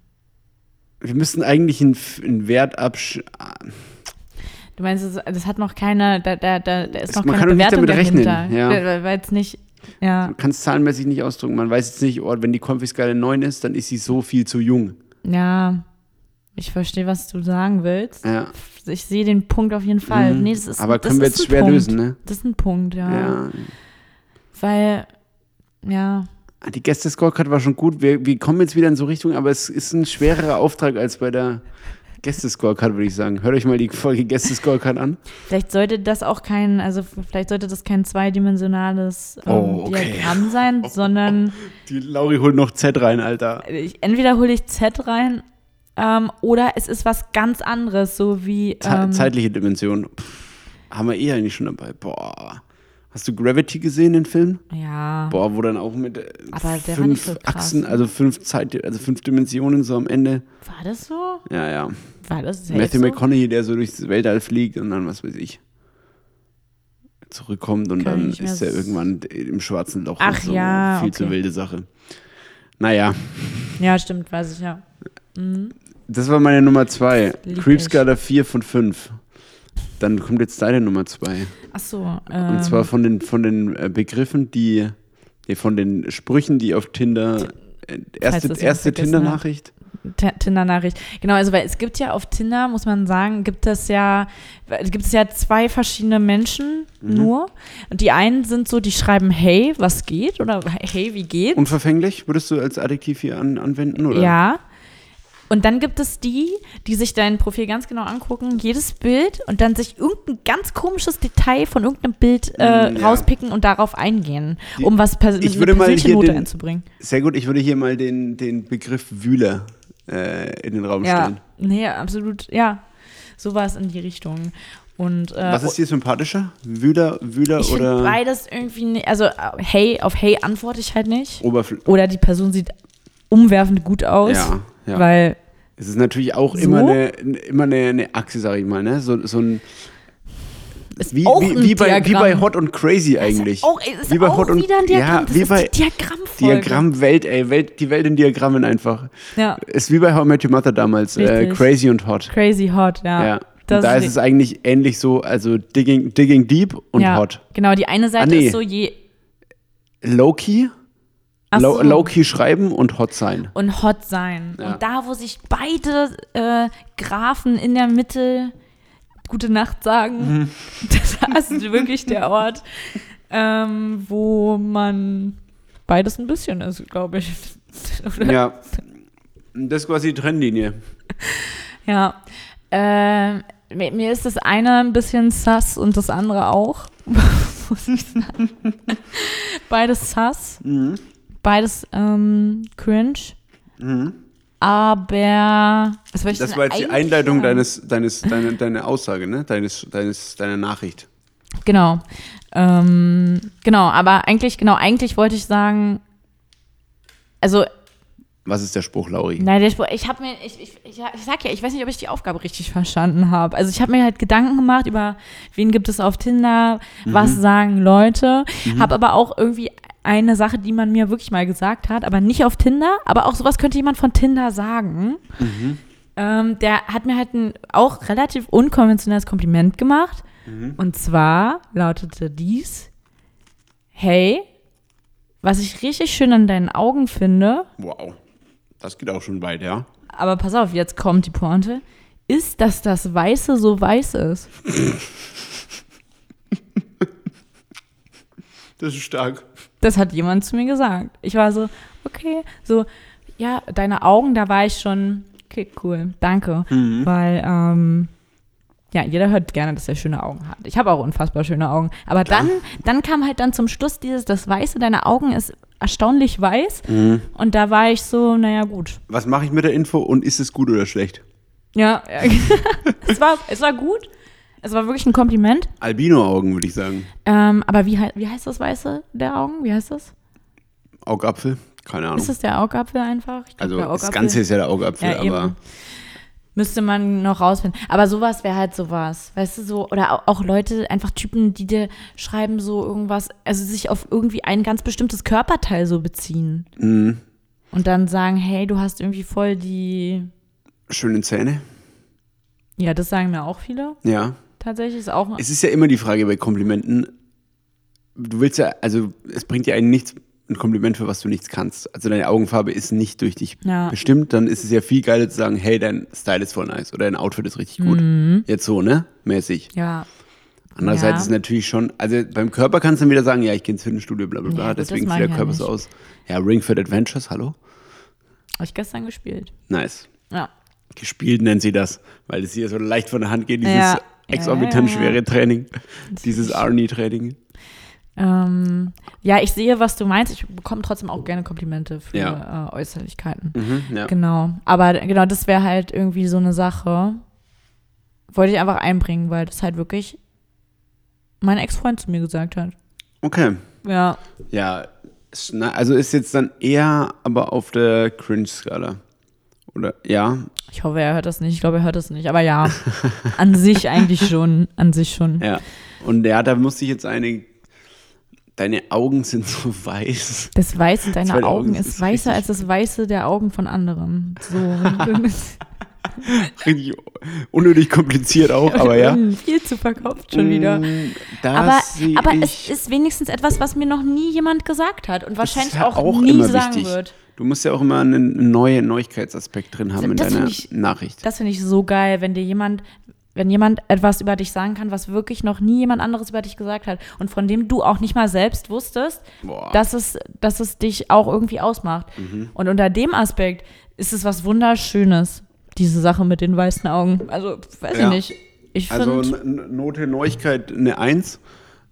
Speaker 1: Wir müssten eigentlich einen, F- einen Wert absch.
Speaker 2: Du meinst, das, das hat noch keine, da, da, da, da ist
Speaker 1: Es-
Speaker 2: noch
Speaker 1: man kann
Speaker 2: keine
Speaker 1: doch nicht
Speaker 2: Bewertung
Speaker 1: damit rechnen,
Speaker 2: dahinter.
Speaker 1: ja.
Speaker 2: Weil- weil- Weil es nicht, ja,
Speaker 1: Man kann es zahlenmäßig nicht ausdrücken. Man weiß jetzt nicht, oh, wenn die Konfiskala 9 ist, dann ist sie so viel zu jung.
Speaker 2: ja. Ich verstehe, was du sagen willst.
Speaker 1: Ja.
Speaker 2: Ich sehe den Punkt auf jeden Fall.
Speaker 1: Mhm.
Speaker 2: Nee, das ist,
Speaker 1: Aber
Speaker 2: das
Speaker 1: können wir
Speaker 2: ist
Speaker 1: jetzt
Speaker 2: ein
Speaker 1: schwer
Speaker 2: Punkt.
Speaker 1: lösen, ne?
Speaker 2: Das ist ein Punkt, ja.
Speaker 1: Ja.
Speaker 2: Weil, ja.
Speaker 1: Ah, Die Gäste-Scorecard war schon gut. Wir, wir kommen jetzt wieder in so Richtung, aber es ist ein schwererer Auftrag als bei der Gäste-Scorecard, würde ich sagen. Hört euch mal die Folge Gäste-Scorecard an.
Speaker 2: Vielleicht sollte das auch kein, also vielleicht sollte das kein zweidimensionales ähm,
Speaker 1: Oh, okay.
Speaker 2: Diagramm sein,
Speaker 1: (laughs)
Speaker 2: sondern
Speaker 1: Die Lauri holt noch Z rein, Alter.
Speaker 2: ich, entweder hole ich Z rein ähm, oder es ist was ganz anderes, so wie
Speaker 1: Ze-
Speaker 2: ähm,
Speaker 1: zeitliche Dimension. Pff, haben wir eh eigentlich schon dabei. Boah. Hast du Gravity gesehen, den Film?
Speaker 2: ja.
Speaker 1: Boah, wo dann auch mit äh,
Speaker 2: Aber der war nicht
Speaker 1: fünf
Speaker 2: so krass,
Speaker 1: Achsen,
Speaker 2: ne?
Speaker 1: also fünf Zeit, also fünf Dimensionen so am Ende.
Speaker 2: War das so?
Speaker 1: Ja, ja.
Speaker 2: War das safe
Speaker 1: Matthew
Speaker 2: so?
Speaker 1: McConaughey, der so durchs Weltall fliegt und dann, was weiß ich, zurückkommt und
Speaker 2: Kann ich
Speaker 1: dann
Speaker 2: nicht mehr
Speaker 1: ist er
Speaker 2: s-
Speaker 1: irgendwann im schwarzen Loch.
Speaker 2: Ach
Speaker 1: und so.
Speaker 2: ja,
Speaker 1: Viel
Speaker 2: okay.
Speaker 1: zu wilde Sache. Naja,
Speaker 2: Ja, stimmt, weiß ich ja. Mhm.
Speaker 1: das war meine Nummer zwei.
Speaker 2: Lieb
Speaker 1: Creep
Speaker 2: ich.
Speaker 1: Scala 4 von 5. Dann kommt jetzt deine Nummer zwei.
Speaker 2: Ach so. Ähm,
Speaker 1: Und zwar von den, von den äh, Begriffen, die, nee, von den Sprüchen, die auf Tinder, äh, erste,
Speaker 2: das jemand
Speaker 1: erste
Speaker 2: vergessen hat.
Speaker 1: Tinder-Nachricht.
Speaker 2: T- Tinder-Nachricht. Genau, also weil es gibt ja auf Tinder, muss man sagen, gibt es ja, gibt es ja zwei verschiedene Menschen
Speaker 1: Mhm.
Speaker 2: nur. Und die einen sind so, die schreiben, hey, was geht? Oder hey, wie geht?
Speaker 1: Unverfänglich, würdest du als Adjektiv hier an, anwenden? Oder?
Speaker 2: Ja. Und dann gibt es die, die sich dein Profil ganz genau angucken, jedes Bild und dann sich irgendein ganz komisches Detail von irgendeinem Bild äh,
Speaker 1: Mm, ja.
Speaker 2: rauspicken und darauf eingehen,
Speaker 1: Die-
Speaker 2: um was pers
Speaker 1: Ich
Speaker 2: eine
Speaker 1: würde mal
Speaker 2: persönliche
Speaker 1: hier
Speaker 2: Note
Speaker 1: den-
Speaker 2: einzubringen.
Speaker 1: Sehr gut, ich würde hier mal den, den Begriff Wühler äh, in den Raum
Speaker 2: Ja,
Speaker 1: stellen.
Speaker 2: nee, absolut, ja. Sowas in die Richtung. Und, äh,
Speaker 1: Was ist dir sympathischer? Wühler, Wühler
Speaker 2: Ich finde
Speaker 1: oder
Speaker 2: beides irgendwie nicht. Also, äh, hey, auf hey antworte ich halt nicht.
Speaker 1: Oberfläche?
Speaker 2: Oder die Person sieht umwerfend gut aus.
Speaker 1: Ja, ja.
Speaker 2: Weil,
Speaker 1: Es ist natürlich auch
Speaker 2: So?
Speaker 1: immer, eine, immer eine, eine Achse, sag ich mal, ne? So, so ein.
Speaker 2: Ist
Speaker 1: wie,
Speaker 2: auch
Speaker 1: wie,
Speaker 2: ein
Speaker 1: wie, bei, wie
Speaker 2: Diagramm.
Speaker 1: bei Hot und Crazy eigentlich.
Speaker 2: ist auch, ist
Speaker 1: Wie bei
Speaker 2: auch
Speaker 1: Hot und-
Speaker 2: wieder ein Diagramm.
Speaker 1: ja,
Speaker 2: das
Speaker 1: wie
Speaker 2: ist
Speaker 1: bei-
Speaker 2: die Diagrammfolge.
Speaker 1: Diagramm-Welt, ey, Welt, die Welt in Diagrammen einfach.
Speaker 2: Ja,
Speaker 1: Ist wie bei How I Met Your Mother damals, äh,
Speaker 2: Richtig.
Speaker 1: Crazy und Hot.
Speaker 2: crazy hot, ja.
Speaker 1: Ja.
Speaker 2: Das
Speaker 1: Und da
Speaker 2: ist
Speaker 1: ist es eigentlich ähnlich so, also Digging, digging Deep und
Speaker 2: ja.
Speaker 1: Hot.
Speaker 2: Genau, die eine Seite
Speaker 1: Ah, nee.
Speaker 2: ist so je.
Speaker 1: Low-Key,
Speaker 2: Ach
Speaker 1: low,
Speaker 2: so.
Speaker 1: low-Key schreiben und hot sein.
Speaker 2: und hot sein.
Speaker 1: Ja.
Speaker 2: Und da, wo sich beide äh, Grafen in der Mitte Gute Nacht sagen, (laughs) da ist wirklich der Ort, ähm, wo man beides ein bisschen ist, glaube ich. (laughs) Oder?
Speaker 1: Ja. Das ist quasi die Trennlinie.
Speaker 2: Ja. Ähm, mir, mir ist das eine ein bisschen sass und das andere auch. (laughs) Muss ich sagen. Beides sass.
Speaker 1: Mhm.
Speaker 2: Beides ähm, cringe. Aber. Was wollte
Speaker 1: Mhm.
Speaker 2: ich
Speaker 1: Das
Speaker 2: denn
Speaker 1: war jetzt die
Speaker 2: eigentlich
Speaker 1: Einleitung
Speaker 2: sagen?
Speaker 1: deines, deines, deiner, deiner Aussage, ne? Deines, deines, deiner Nachricht.
Speaker 2: Genau. Ähm, genau, aber eigentlich, genau, eigentlich wollte ich sagen. Also,
Speaker 1: Was ist der Spruch, Lauri?
Speaker 2: nein, der Spruch, ich habe mir, ich, ich, ich, ich sag ja, ich weiß nicht, ob ich die Aufgabe richtig verstanden habe. Also ich habe mir halt Gedanken gemacht über, wen gibt es auf Tinder, was sagen Leute, habe aber auch irgendwie eine Sache, die man mir wirklich mal gesagt hat, aber nicht auf Tinder, aber auch sowas könnte jemand von Tinder sagen. Ähm, der hat mir halt ein auch relativ unkonventionelles Kompliment gemacht. Und zwar lautete dies: Hey, was ich richtig schön an deinen Augen finde,
Speaker 1: Wow. Das geht auch schon weit, ja?
Speaker 2: aber pass auf, jetzt kommt die Pointe, ist, dass das Weiße so weiß ist.
Speaker 1: Das ist stark.
Speaker 2: Das hat jemand zu mir gesagt. Ich war so, okay, so, ja, deine Augen, da war ich schon, okay, cool, danke. Weil, ähm, ja, jeder hört gerne, dass er schöne Augen hat. Ich habe auch unfassbar schöne Augen. Aber dann, dann kam halt dann zum Schluss dieses, das Weiße deiner Augen ist erstaunlich weiß. Und da war ich so, naja, gut.
Speaker 1: Was mache ich mit der Info und ist es gut oder schlecht?
Speaker 2: Ja, (laughs) ja. es, war, es war gut. Es war wirklich ein Kompliment.
Speaker 1: Albino-Augen, würde ich sagen.
Speaker 2: Ähm, aber wie, hei- wie heißt das Weiße der Augen? Wie heißt das?
Speaker 1: Augapfel? Keine Ahnung.
Speaker 2: Ist das der Augapfel einfach? Ich glaub,
Speaker 1: also
Speaker 2: der
Speaker 1: das
Speaker 2: Augapfel-
Speaker 1: Ganze ist ja der Augapfel,
Speaker 2: Ja, eben.
Speaker 1: aber
Speaker 2: Müsste man noch rausfinden. Aber sowas wäre halt sowas. Weißt du, so, oder au- auch Leute, einfach Typen, die dir schreiben so irgendwas, also sich auf irgendwie ein ganz bestimmtes Körperteil so beziehen.
Speaker 1: Mhm.
Speaker 2: Und dann sagen, hey, du hast irgendwie voll die.
Speaker 1: schöne Zähne.
Speaker 2: Ja, das sagen mir auch viele.
Speaker 1: Ja.
Speaker 2: Tatsächlich ist auch.
Speaker 1: Es ist ja immer die Frage bei Komplimenten. Du willst ja, also es bringt dir einen nichts, ein Kompliment, für was du nichts kannst. Also deine Augenfarbe ist nicht durch dich
Speaker 2: Ja.
Speaker 1: bestimmt. Dann ist es ja viel geiler zu sagen, hey, dein Style ist voll nice oder dein Outfit ist richtig gut.
Speaker 2: Mhm.
Speaker 1: Jetzt so, ne? Mäßig.
Speaker 2: ja.
Speaker 1: Andererseits
Speaker 2: Ja.
Speaker 1: ist es natürlich schon, also beim Körper kannst du dann wieder sagen, ja, ich gehe ins Fitnessstudio, bla bla bla,
Speaker 2: Ja, gut, das
Speaker 1: deswegen
Speaker 2: mach
Speaker 1: sieht der
Speaker 2: ich ja
Speaker 1: Körper so aus. Ja, Ring Fit Adventures, hallo?
Speaker 2: Habe ich gestern gespielt.
Speaker 1: Nice.
Speaker 2: Ja.
Speaker 1: Gespielt nennt sie das, weil es hier so leicht von der Hand geht, dieses
Speaker 2: Ja.
Speaker 1: exorbitant
Speaker 2: Ja, ja, ja.
Speaker 1: schwere Training,
Speaker 2: Das
Speaker 1: dieses
Speaker 2: ist-
Speaker 1: Arnie-Training.
Speaker 2: Ähm, ja, ich sehe, was du meinst. Ich bekomme trotzdem auch gerne Komplimente für
Speaker 1: Ja.
Speaker 2: äh, Äußerlichkeiten.
Speaker 1: Mhm, ja.
Speaker 2: Genau. Aber genau, das wäre halt irgendwie so eine Sache. Wollte ich einfach einbringen, weil das halt wirklich mein Ex-Freund zu mir gesagt hat.
Speaker 1: Okay.
Speaker 2: Ja.
Speaker 1: Ja, ist- na, also ist jetzt dann eher aber auf der Cringe-Skala. Oder ja,
Speaker 2: Ich hoffe, er hört das nicht. Ich glaube, er hört das nicht. Aber ja, an sich eigentlich schon. An sich schon.
Speaker 1: ja. Und ja, da musste ich jetzt eine. Deine Augen sind so (laughs) weiß.
Speaker 2: Das Weiße deiner
Speaker 1: Zwei Augen
Speaker 2: Augen
Speaker 1: ist
Speaker 2: ist weißer als
Speaker 1: richtig-
Speaker 2: das Weiße der Augen von anderen.
Speaker 1: (laughs)
Speaker 2: So.
Speaker 1: Richtig unnötig kompliziert
Speaker 2: (laughs)
Speaker 1: auch, aber ja.
Speaker 2: Viel zu verkauft schon wieder.
Speaker 1: Mm, Das
Speaker 2: Aber,
Speaker 1: sehe
Speaker 2: aber
Speaker 1: ich.
Speaker 2: es ist wenigstens etwas, was mir noch nie jemand gesagt hat und
Speaker 1: Das ist
Speaker 2: wahrscheinlich
Speaker 1: ja
Speaker 2: auch, nie
Speaker 1: immer
Speaker 2: sagen
Speaker 1: wichtig.
Speaker 2: wird.
Speaker 1: Du musst ja auch immer einen neuen Neuigkeitsaspekt drin haben in
Speaker 2: Das
Speaker 1: deiner
Speaker 2: finde ich-
Speaker 1: Nachricht.
Speaker 2: Das finde ich so geil, wenn dir jemand, wenn jemand etwas über dich sagen kann, was wirklich noch nie jemand anderes über dich gesagt hat und von dem du auch nicht mal selbst wusstest,
Speaker 1: Boah.
Speaker 2: dass es, dass es dich auch irgendwie ausmacht.
Speaker 1: Mhm.
Speaker 2: Und unter dem Aspekt ist es was Wunderschönes, diese Sache mit den weißen Augen. Also, weiß
Speaker 1: Ja.
Speaker 2: ich nicht. Ich finde,
Speaker 1: Also N- N- Note Neuigkeit eine 1,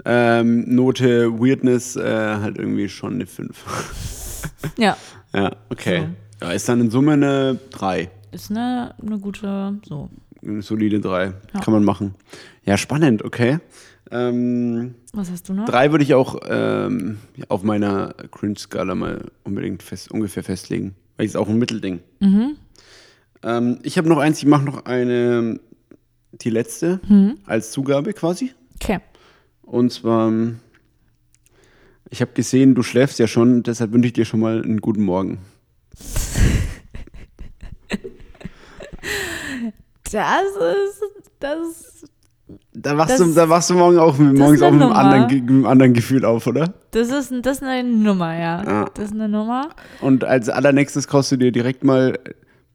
Speaker 1: ähm, Note Weirdness äh, halt irgendwie schon eine 5.
Speaker 2: ja,
Speaker 1: (laughs) ja, okay. Ja, ist dann in Summe eine 3.
Speaker 2: ist eine, eine gute, so.
Speaker 1: Eine solide 3. Kann man machen. Ja, spannend, okay. Ähm,
Speaker 2: Was hast du noch?
Speaker 1: drei würde ich auch ähm, auf meiner Cringe-Skala mal unbedingt fest, ungefähr festlegen. Weil es ist auch ein Mittelding.
Speaker 2: Mhm.
Speaker 1: Ähm, ich habe noch eins, ich mache noch eine, die letzte,
Speaker 2: Mhm.
Speaker 1: als Zugabe quasi.
Speaker 2: Okay.
Speaker 1: Und zwar, ähm, ich habe gesehen, du schläfst ja schon, deshalb wünsche ich dir schon mal einen guten Morgen.
Speaker 2: Das ist, das ist
Speaker 1: Da wachst,
Speaker 2: Das-
Speaker 1: du, da wachst du morgen auch, morgens
Speaker 2: ist eine
Speaker 1: auch mit einem,
Speaker 2: Nummer.
Speaker 1: anderen, Ge- mit einem anderen Gefühl auf, oder?
Speaker 2: Das ist, ein- das ist eine Nummer, ja.
Speaker 1: Ja.
Speaker 2: Das ist eine Nummer.
Speaker 1: Und als allernächstes kaufst du dir direkt mal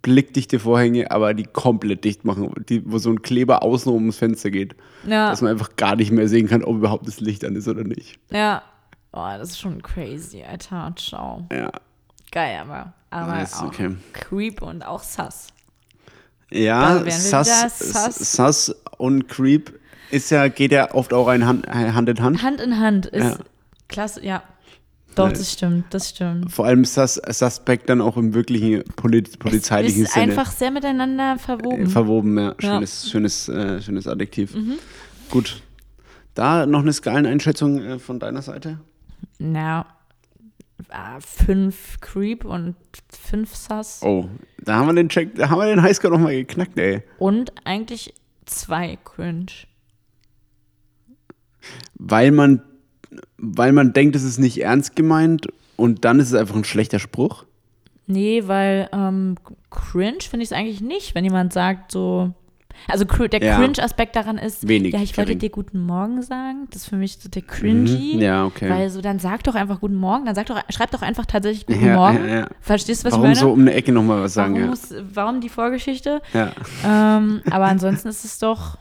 Speaker 1: blickdichte Vorhänge, aber die komplett dicht machen, die, wo so ein Kleber außen rum ums Fenster geht,
Speaker 2: Ja.
Speaker 1: dass man einfach gar nicht mehr sehen kann, ob überhaupt das Licht an ist oder nicht.
Speaker 2: Ja. Boah, das ist schon crazy, Alter. Ciao.
Speaker 1: Ja,
Speaker 2: Geil, aber. Aber
Speaker 1: Nice,
Speaker 2: auch
Speaker 1: okay.
Speaker 2: creep und auch sass. Da
Speaker 1: ja
Speaker 2: wären wir wieder
Speaker 1: Sass,
Speaker 2: sus.
Speaker 1: Sass und Creep ist ja, geht ja oft auch ein Hand, Hand in Hand.
Speaker 2: Hand in Hand ist
Speaker 1: Ja.
Speaker 2: klasse, ja. Doch,
Speaker 1: Nice.
Speaker 2: das stimmt, das stimmt.
Speaker 1: Vor allem Sus Suspect dann auch im wirklichen Poli polizeilichen
Speaker 2: es ist
Speaker 1: Sinne
Speaker 2: einfach sehr miteinander verwoben.
Speaker 1: verwoben. Ja.
Speaker 2: Ja. Mhm.
Speaker 1: Schönes, Schönes, äh, schönes Adjektiv. Gut. Da noch eine Skaleneinschätzung äh, von deiner Seite?
Speaker 2: Na, ah, fünf creep und fünf sass.
Speaker 1: Oh, da haben wir den Check, da haben wir den Highscore nochmal geknackt, ey.
Speaker 2: Und eigentlich zwei cringe.
Speaker 1: Weil man, weil man denkt, es ist nicht ernst gemeint und dann ist es einfach ein schlechter Spruch.
Speaker 2: Nee, weil ähm, cringe finde ich es eigentlich nicht, wenn jemand sagt so. Also cr- der
Speaker 1: Ja.
Speaker 2: Cringe-Aspekt daran ist,
Speaker 1: Wenig,
Speaker 2: ja, ich wollte
Speaker 1: gering.
Speaker 2: dir guten Morgen sagen. Das ist für mich so der cringy.
Speaker 1: Mhm. Ja, okay.
Speaker 2: Weil so, dann sag doch einfach guten Morgen, dann sag doch, schreib doch einfach tatsächlich guten
Speaker 1: Ja,
Speaker 2: Morgen.
Speaker 1: ja, ja.
Speaker 2: Verstehst du, was
Speaker 1: Warum
Speaker 2: ich meine?
Speaker 1: so um eine Ecke nochmal was sagen?
Speaker 2: warum,
Speaker 1: Ja.
Speaker 2: muss, warum die Vorgeschichte?
Speaker 1: ja.
Speaker 2: ähm, aber ansonsten ist es doch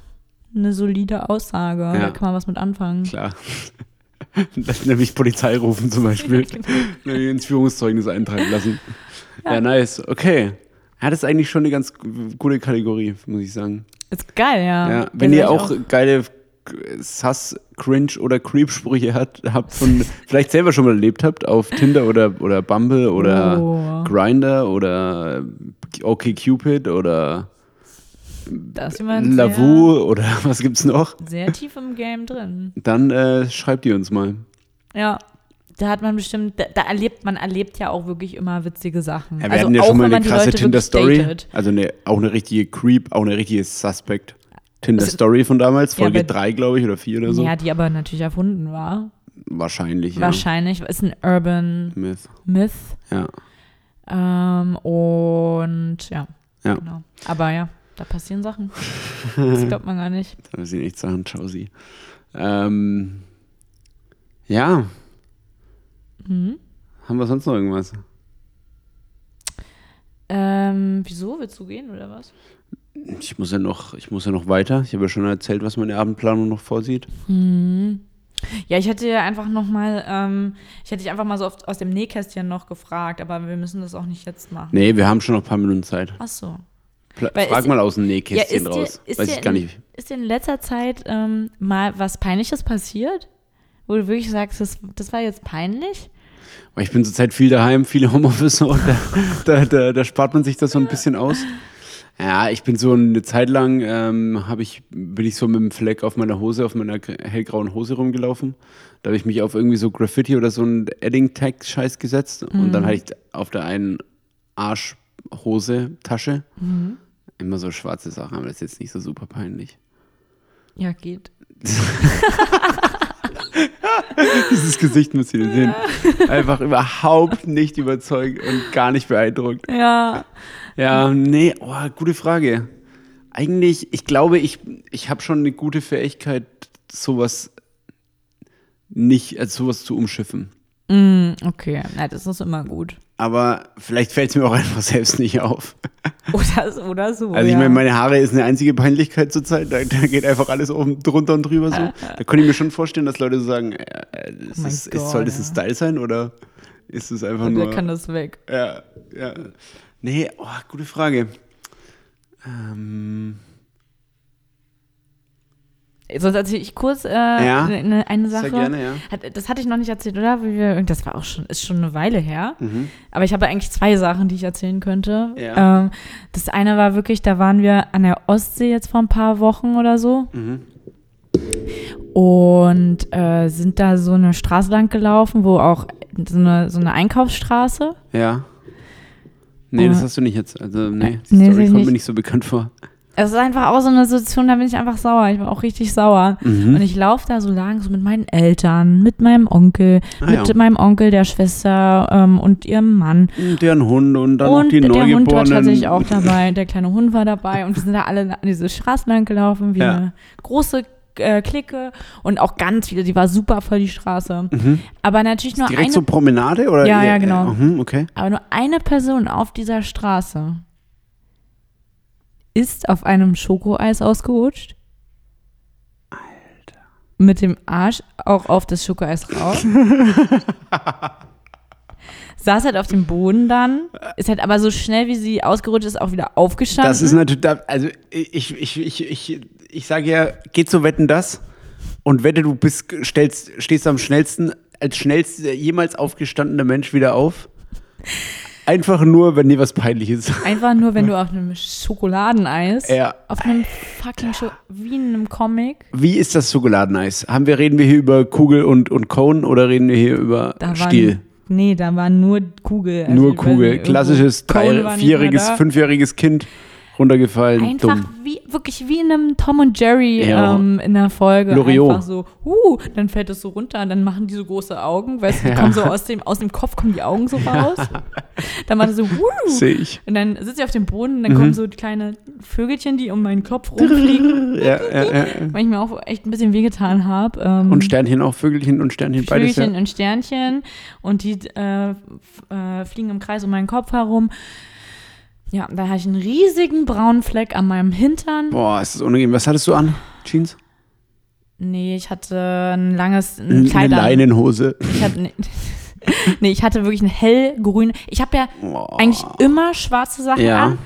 Speaker 2: eine solide Aussage.
Speaker 1: Ja.
Speaker 2: Da kann man was mit anfangen.
Speaker 1: Klar. (laughs) Das nämlich Polizei rufen zum Beispiel.
Speaker 2: (laughs) Ja, genau.
Speaker 1: Nämlich ins Führungszeugnis eintreiben lassen. Ja. nice. Okay. Ja, das ist eigentlich schon eine ganz gu- gute Kategorie, muss ich sagen.
Speaker 2: Ist geil, ja.
Speaker 1: Ja,
Speaker 2: Da
Speaker 1: wenn
Speaker 2: sag ich
Speaker 1: ihr auch, geile Sass, Cringe oder Creep-Sprüche hat, habt von (laughs) vielleicht selber schon mal erlebt habt auf Tinder oder, oder Bumble oder
Speaker 2: Oh.
Speaker 1: Grinder oder OkCupid oder
Speaker 2: da ist jemand sehr,
Speaker 1: Lavu oder (laughs) was gibt's noch,
Speaker 2: sehr tief im Game drin.
Speaker 1: dann äh, schreibt ihr uns mal.
Speaker 2: Ja. Da hat man bestimmt, da, da erlebt man erlebt ja auch wirklich immer witzige Sachen.
Speaker 1: Ja, wir hatten ja schon mal
Speaker 2: Also wenn
Speaker 1: eine
Speaker 2: man die
Speaker 1: krasse
Speaker 2: Leute wirklich
Speaker 1: Tinder-Story.
Speaker 2: datet.
Speaker 1: Also eine, auch eine richtige Creep, auch eine richtige Suspect. Tinder-Story von damals,
Speaker 2: Also Ja,
Speaker 1: Folge
Speaker 2: aber-
Speaker 1: drei 3, glaube ich, oder 4 oder so.
Speaker 2: Ja, die aber natürlich erfunden war.
Speaker 1: Wahrscheinlich, ja.
Speaker 2: Wahrscheinlich ist ein Urban
Speaker 1: Myth.
Speaker 2: Myth.
Speaker 1: Ja.
Speaker 2: Ähm, und ja,
Speaker 1: Ja.
Speaker 2: genau. Aber ja, da
Speaker 1: (laughs)
Speaker 2: passieren Sachen. Das glaubt man gar nicht.
Speaker 1: Da sind echt Sachen, schau sie. Ähm, ja.
Speaker 2: Mhm.
Speaker 1: Haben wir sonst noch irgendwas?
Speaker 2: Ähm, wieso? Willst du gehen oder was?
Speaker 1: Ich muss ja noch, ich muss ja noch weiter. Ich habe ja schon erzählt, was meine Abendplanung noch vorsieht.
Speaker 2: Ja, ich hätte ja einfach noch mal, ähm, ich hätte dich einfach mal so oft aus dem Nähkästchen noch gefragt, aber wir müssen das auch nicht jetzt machen.
Speaker 1: Nee, wir haben schon noch ein paar Minuten Zeit.
Speaker 2: Ach so.
Speaker 1: Pla-
Speaker 2: Weil
Speaker 1: Frag
Speaker 2: ist-
Speaker 1: mal aus dem
Speaker 2: Ja,
Speaker 1: Nähkästchen
Speaker 2: ist dir-
Speaker 1: raus.
Speaker 2: ist
Speaker 1: Weiß
Speaker 2: dir
Speaker 1: ich gar
Speaker 2: in-
Speaker 1: nicht.
Speaker 2: Ist dir in letzter Zeit ähm, mal was Peinliches passiert? Wo du wirklich sagst, das, das war jetzt peinlich?
Speaker 1: Aber Ich bin zurzeit viel daheim, viel Homeoffice und da, da, da, da spart man sich das so ein bisschen aus. Ja, ich bin so eine Zeit lang, ähm, hab ich, bin ich so mit einem Fleck auf meiner Hose, auf meiner gr- hellgrauen Hose rumgelaufen. Da habe ich mich auf irgendwie so Graffiti oder so einen Edding-Tag-Scheiß gesetzt und dann hatte ich auf der einen Arschhose, Tasche, immer so schwarze Sachen, aber das ist jetzt nicht so super peinlich.
Speaker 2: Ja, geht.
Speaker 1: Dieses Gesicht müsst ihr sehen. Einfach überhaupt nicht überzeugt und gar nicht beeindruckt.
Speaker 2: Ja.
Speaker 1: Ja, nee, oh, gute Frage. Eigentlich, ich glaube, ich, ich habe schon eine gute Fähigkeit, sowas nicht, also sowas zu umschiffen.
Speaker 2: Mm, okay, na, das ist immer gut. (laughs)
Speaker 1: Aber vielleicht fällt es mir auch (laughs) einfach selbst nicht auf.
Speaker 2: Oder, so- oder so.
Speaker 1: Also ich
Speaker 2: ja.
Speaker 1: meine, meine Haare ist eine einzige Peinlichkeit zurzeit. Da, da geht einfach alles oben drunter und
Speaker 2: (laughs)
Speaker 1: drüber so. Da könnte ich mir schon vorstellen, dass Leute so sagen, äh, äh, ist
Speaker 2: mein
Speaker 1: es, ist,
Speaker 2: Gott,
Speaker 1: soll das
Speaker 2: ja.
Speaker 1: ein Style sein oder ist es einfach
Speaker 2: Oder
Speaker 1: nur...
Speaker 2: kann das weg?
Speaker 1: Ja, ja. Nee, oh, gute Frage. Ähm,
Speaker 2: Sonst erzähle ich kurz äh,
Speaker 1: Ja.
Speaker 2: eine, eine
Speaker 1: Sehr
Speaker 2: Sache.
Speaker 1: gerne, ja.
Speaker 2: Hat, das hatte ich noch nicht erzählt, oder? Wie wir, das war auch schon, ist schon eine Weile her. Aber ich habe eigentlich zwei Sachen, die ich erzählen könnte.
Speaker 1: Mhm. Ja.
Speaker 2: Ähm, das eine war wirklich, da waren wir an der Ostsee jetzt vor ein paar Wochen oder so.
Speaker 1: Mhm.
Speaker 2: Und äh, sind da so eine Straße lang gelaufen, wo auch so eine, so eine Einkaufsstraße.
Speaker 1: Ja. Nee, das
Speaker 2: Oh.
Speaker 1: hast du nicht jetzt. Also, nee, die
Speaker 2: nee, sehe
Speaker 1: Story
Speaker 2: ich
Speaker 1: kommt
Speaker 2: nicht.
Speaker 1: mir nicht so bekannt vor.
Speaker 2: Es ist einfach auch so eine Situation, da bin ich einfach sauer. Ich war auch richtig sauer.
Speaker 1: Mhm.
Speaker 2: Und ich laufe da so lang, so mit meinen Eltern, mit meinem Onkel,
Speaker 1: Ah,
Speaker 2: mit
Speaker 1: ja.
Speaker 2: meinem Onkel, der Schwester ähm, und ihrem Mann.
Speaker 1: Und deren Hund und dann noch
Speaker 2: und
Speaker 1: die
Speaker 2: der
Speaker 1: Neugeborenen.
Speaker 2: Hund war tatsächlich auch dabei, der kleine Hund war dabei und wir sind da alle an diese Straße lang gelaufen, wie
Speaker 1: Ja.
Speaker 2: eine große äh, Clique und auch ganz viele, die war super voll die Straße. Aber natürlich nur
Speaker 1: Mhm. Direkt
Speaker 2: eine,
Speaker 1: zur Promenade? Oder?
Speaker 2: Ja, ja, genau.
Speaker 1: Mhm, okay.
Speaker 2: aber nur eine Person auf dieser Straße ist auf einem Schokoeis ausgerutscht. Mit dem Arsch auch auf das Schokoeis
Speaker 1: (laughs)
Speaker 2: rauf. Saß halt auf dem Boden dann, ist halt aber so schnell, wie sie ausgerutscht ist, auch wieder aufgestanden.
Speaker 1: Das ist natürlich, da- also ich, ich, ich, ich, ich sage ja, geh zu Wetten das und wette, du bist, stellst, stehst am schnellsten, als schnellster jemals aufgestandener Mensch wieder auf. Einfach nur, wenn dir was peinlich ist.
Speaker 2: Einfach nur, wenn du auf einem Schokoladeneis,
Speaker 1: Ja.
Speaker 2: auf einem fucking Scho wie in einem Comic,
Speaker 1: Wie ist das Schokoladeneis? Haben wir, reden wir hier über Kugel und, und Cone oder reden wir hier über
Speaker 2: da war
Speaker 1: Stiel?
Speaker 2: Nee, da war nur Kugel. Also
Speaker 1: Nur
Speaker 2: ich weiß nicht,
Speaker 1: Kugel.
Speaker 2: irgendwo-
Speaker 1: Klassisches
Speaker 2: Cone war nicht
Speaker 1: drei,
Speaker 2: mehr
Speaker 1: vierjähriges,
Speaker 2: da.
Speaker 1: fünfjähriges Kind runtergefallen.
Speaker 2: Einfach
Speaker 1: Dumm.
Speaker 2: wie, wirklich wie in einem Tom und Jerry
Speaker 1: Ja.
Speaker 2: ähm, in der Folge.
Speaker 1: Loriot.
Speaker 2: Einfach so, uh, dann fällt es so runter und dann machen die so große Augen, weißt du, die
Speaker 1: Ja.
Speaker 2: kommen so aus dem, aus dem Kopf, kommen die Augen
Speaker 1: (laughs)
Speaker 2: so raus. Dann macht er so, uh,
Speaker 1: Sehe
Speaker 2: (laughs)
Speaker 1: ich.
Speaker 2: und dann sitzt sie auf dem Boden und dann
Speaker 1: Mhm.
Speaker 2: kommen so kleine Vögelchen, die um meinen Kopf rumfliegen,
Speaker 1: (laughs) Ja, ja, ja, ja.
Speaker 2: weil ich mir auch echt ein bisschen wehgetan habe. Ähm,
Speaker 1: Und Sternchen auch, Vögelchen und Sternchen, beides.
Speaker 2: Vögelchen
Speaker 1: Ja.
Speaker 2: und Sternchen und die äh, f- äh, fliegen im Kreis um meinen Kopf herum. Ja, da hatte ich einen riesigen braunen Fleck an meinem Hintern.
Speaker 1: Boah, ist das unangenehm. Was hattest du an? Jeans?
Speaker 2: Nee, ich hatte ein langes ein
Speaker 1: Eine
Speaker 2: Kleid an.
Speaker 1: Leinenhose.
Speaker 2: Ich hatte, nee, (laughs) nee, ich hatte wirklich ein hellgrün. Ich habe ja
Speaker 1: Boah.
Speaker 2: eigentlich immer schwarze Sachen
Speaker 1: Ja.
Speaker 2: an.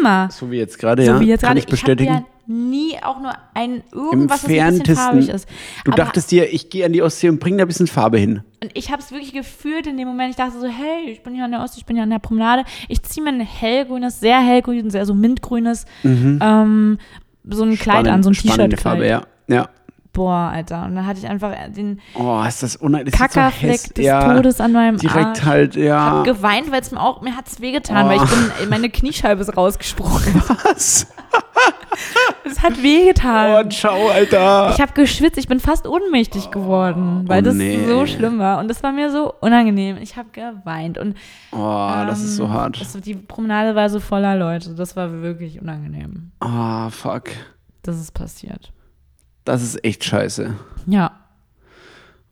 Speaker 2: Immer.
Speaker 1: So wie jetzt gerade,
Speaker 2: So
Speaker 1: ja.
Speaker 2: wie jetzt
Speaker 1: Kann
Speaker 2: gerade.
Speaker 1: ich bestätigen.
Speaker 2: Ich habe ja nie auch nur ein irgendwas, was ein bisschen
Speaker 1: Entferntesten.
Speaker 2: farbig ist.
Speaker 1: du
Speaker 2: Aber-
Speaker 1: dachtest dir, ich gehe an die Ostsee und bringe da ein bisschen Farbe hin.
Speaker 2: Und ich habe es wirklich gefühlt in dem Moment. Ich dachte so, hey, ich bin hier an der Ostsee, ich bin hier an der Promenade. Ich ziehe mir ein hellgrünes, sehr hellgrünes, sehr so mintgrünes, ähm, so ein Kleid an, so ein
Speaker 1: Mhm.
Speaker 2: halt.
Speaker 1: Spannende
Speaker 2: T-Shirt-Kleid.
Speaker 1: Farbe, ja. Ja.
Speaker 2: Boah, Alter. Und dann hatte ich einfach den
Speaker 1: Oh, ist das unangenehm. Das
Speaker 2: Kackerfleck
Speaker 1: ist so häss-
Speaker 2: des
Speaker 1: ja,
Speaker 2: Todes an meinem
Speaker 1: Direkt
Speaker 2: Arsch.
Speaker 1: halt, ja.
Speaker 2: Hab geweint, weil es mir auch, mir hat's wehgetan,
Speaker 1: Oh.
Speaker 2: weil ich bin, meine Kniescheibe ist rausgesprungen.
Speaker 1: (laughs) Was?
Speaker 2: Es hat
Speaker 1: Oh,
Speaker 2: wehgetan.
Speaker 1: ciao, Alter.
Speaker 2: Ich habe geschwitzt, ich bin fast ohnmächtig geworden, weil
Speaker 1: oh
Speaker 2: das
Speaker 1: nee.
Speaker 2: so schlimm war. Und das war mir so unangenehm. Ich habe geweint. Und
Speaker 1: Oh, das ist so
Speaker 2: Ähm,
Speaker 1: hart.
Speaker 2: Das, die Promenade war so voller Leute. Das war wirklich unangenehm.
Speaker 1: Ah, fuck.
Speaker 2: Das ist passiert.
Speaker 1: Das ist echt scheiße.
Speaker 2: Ja.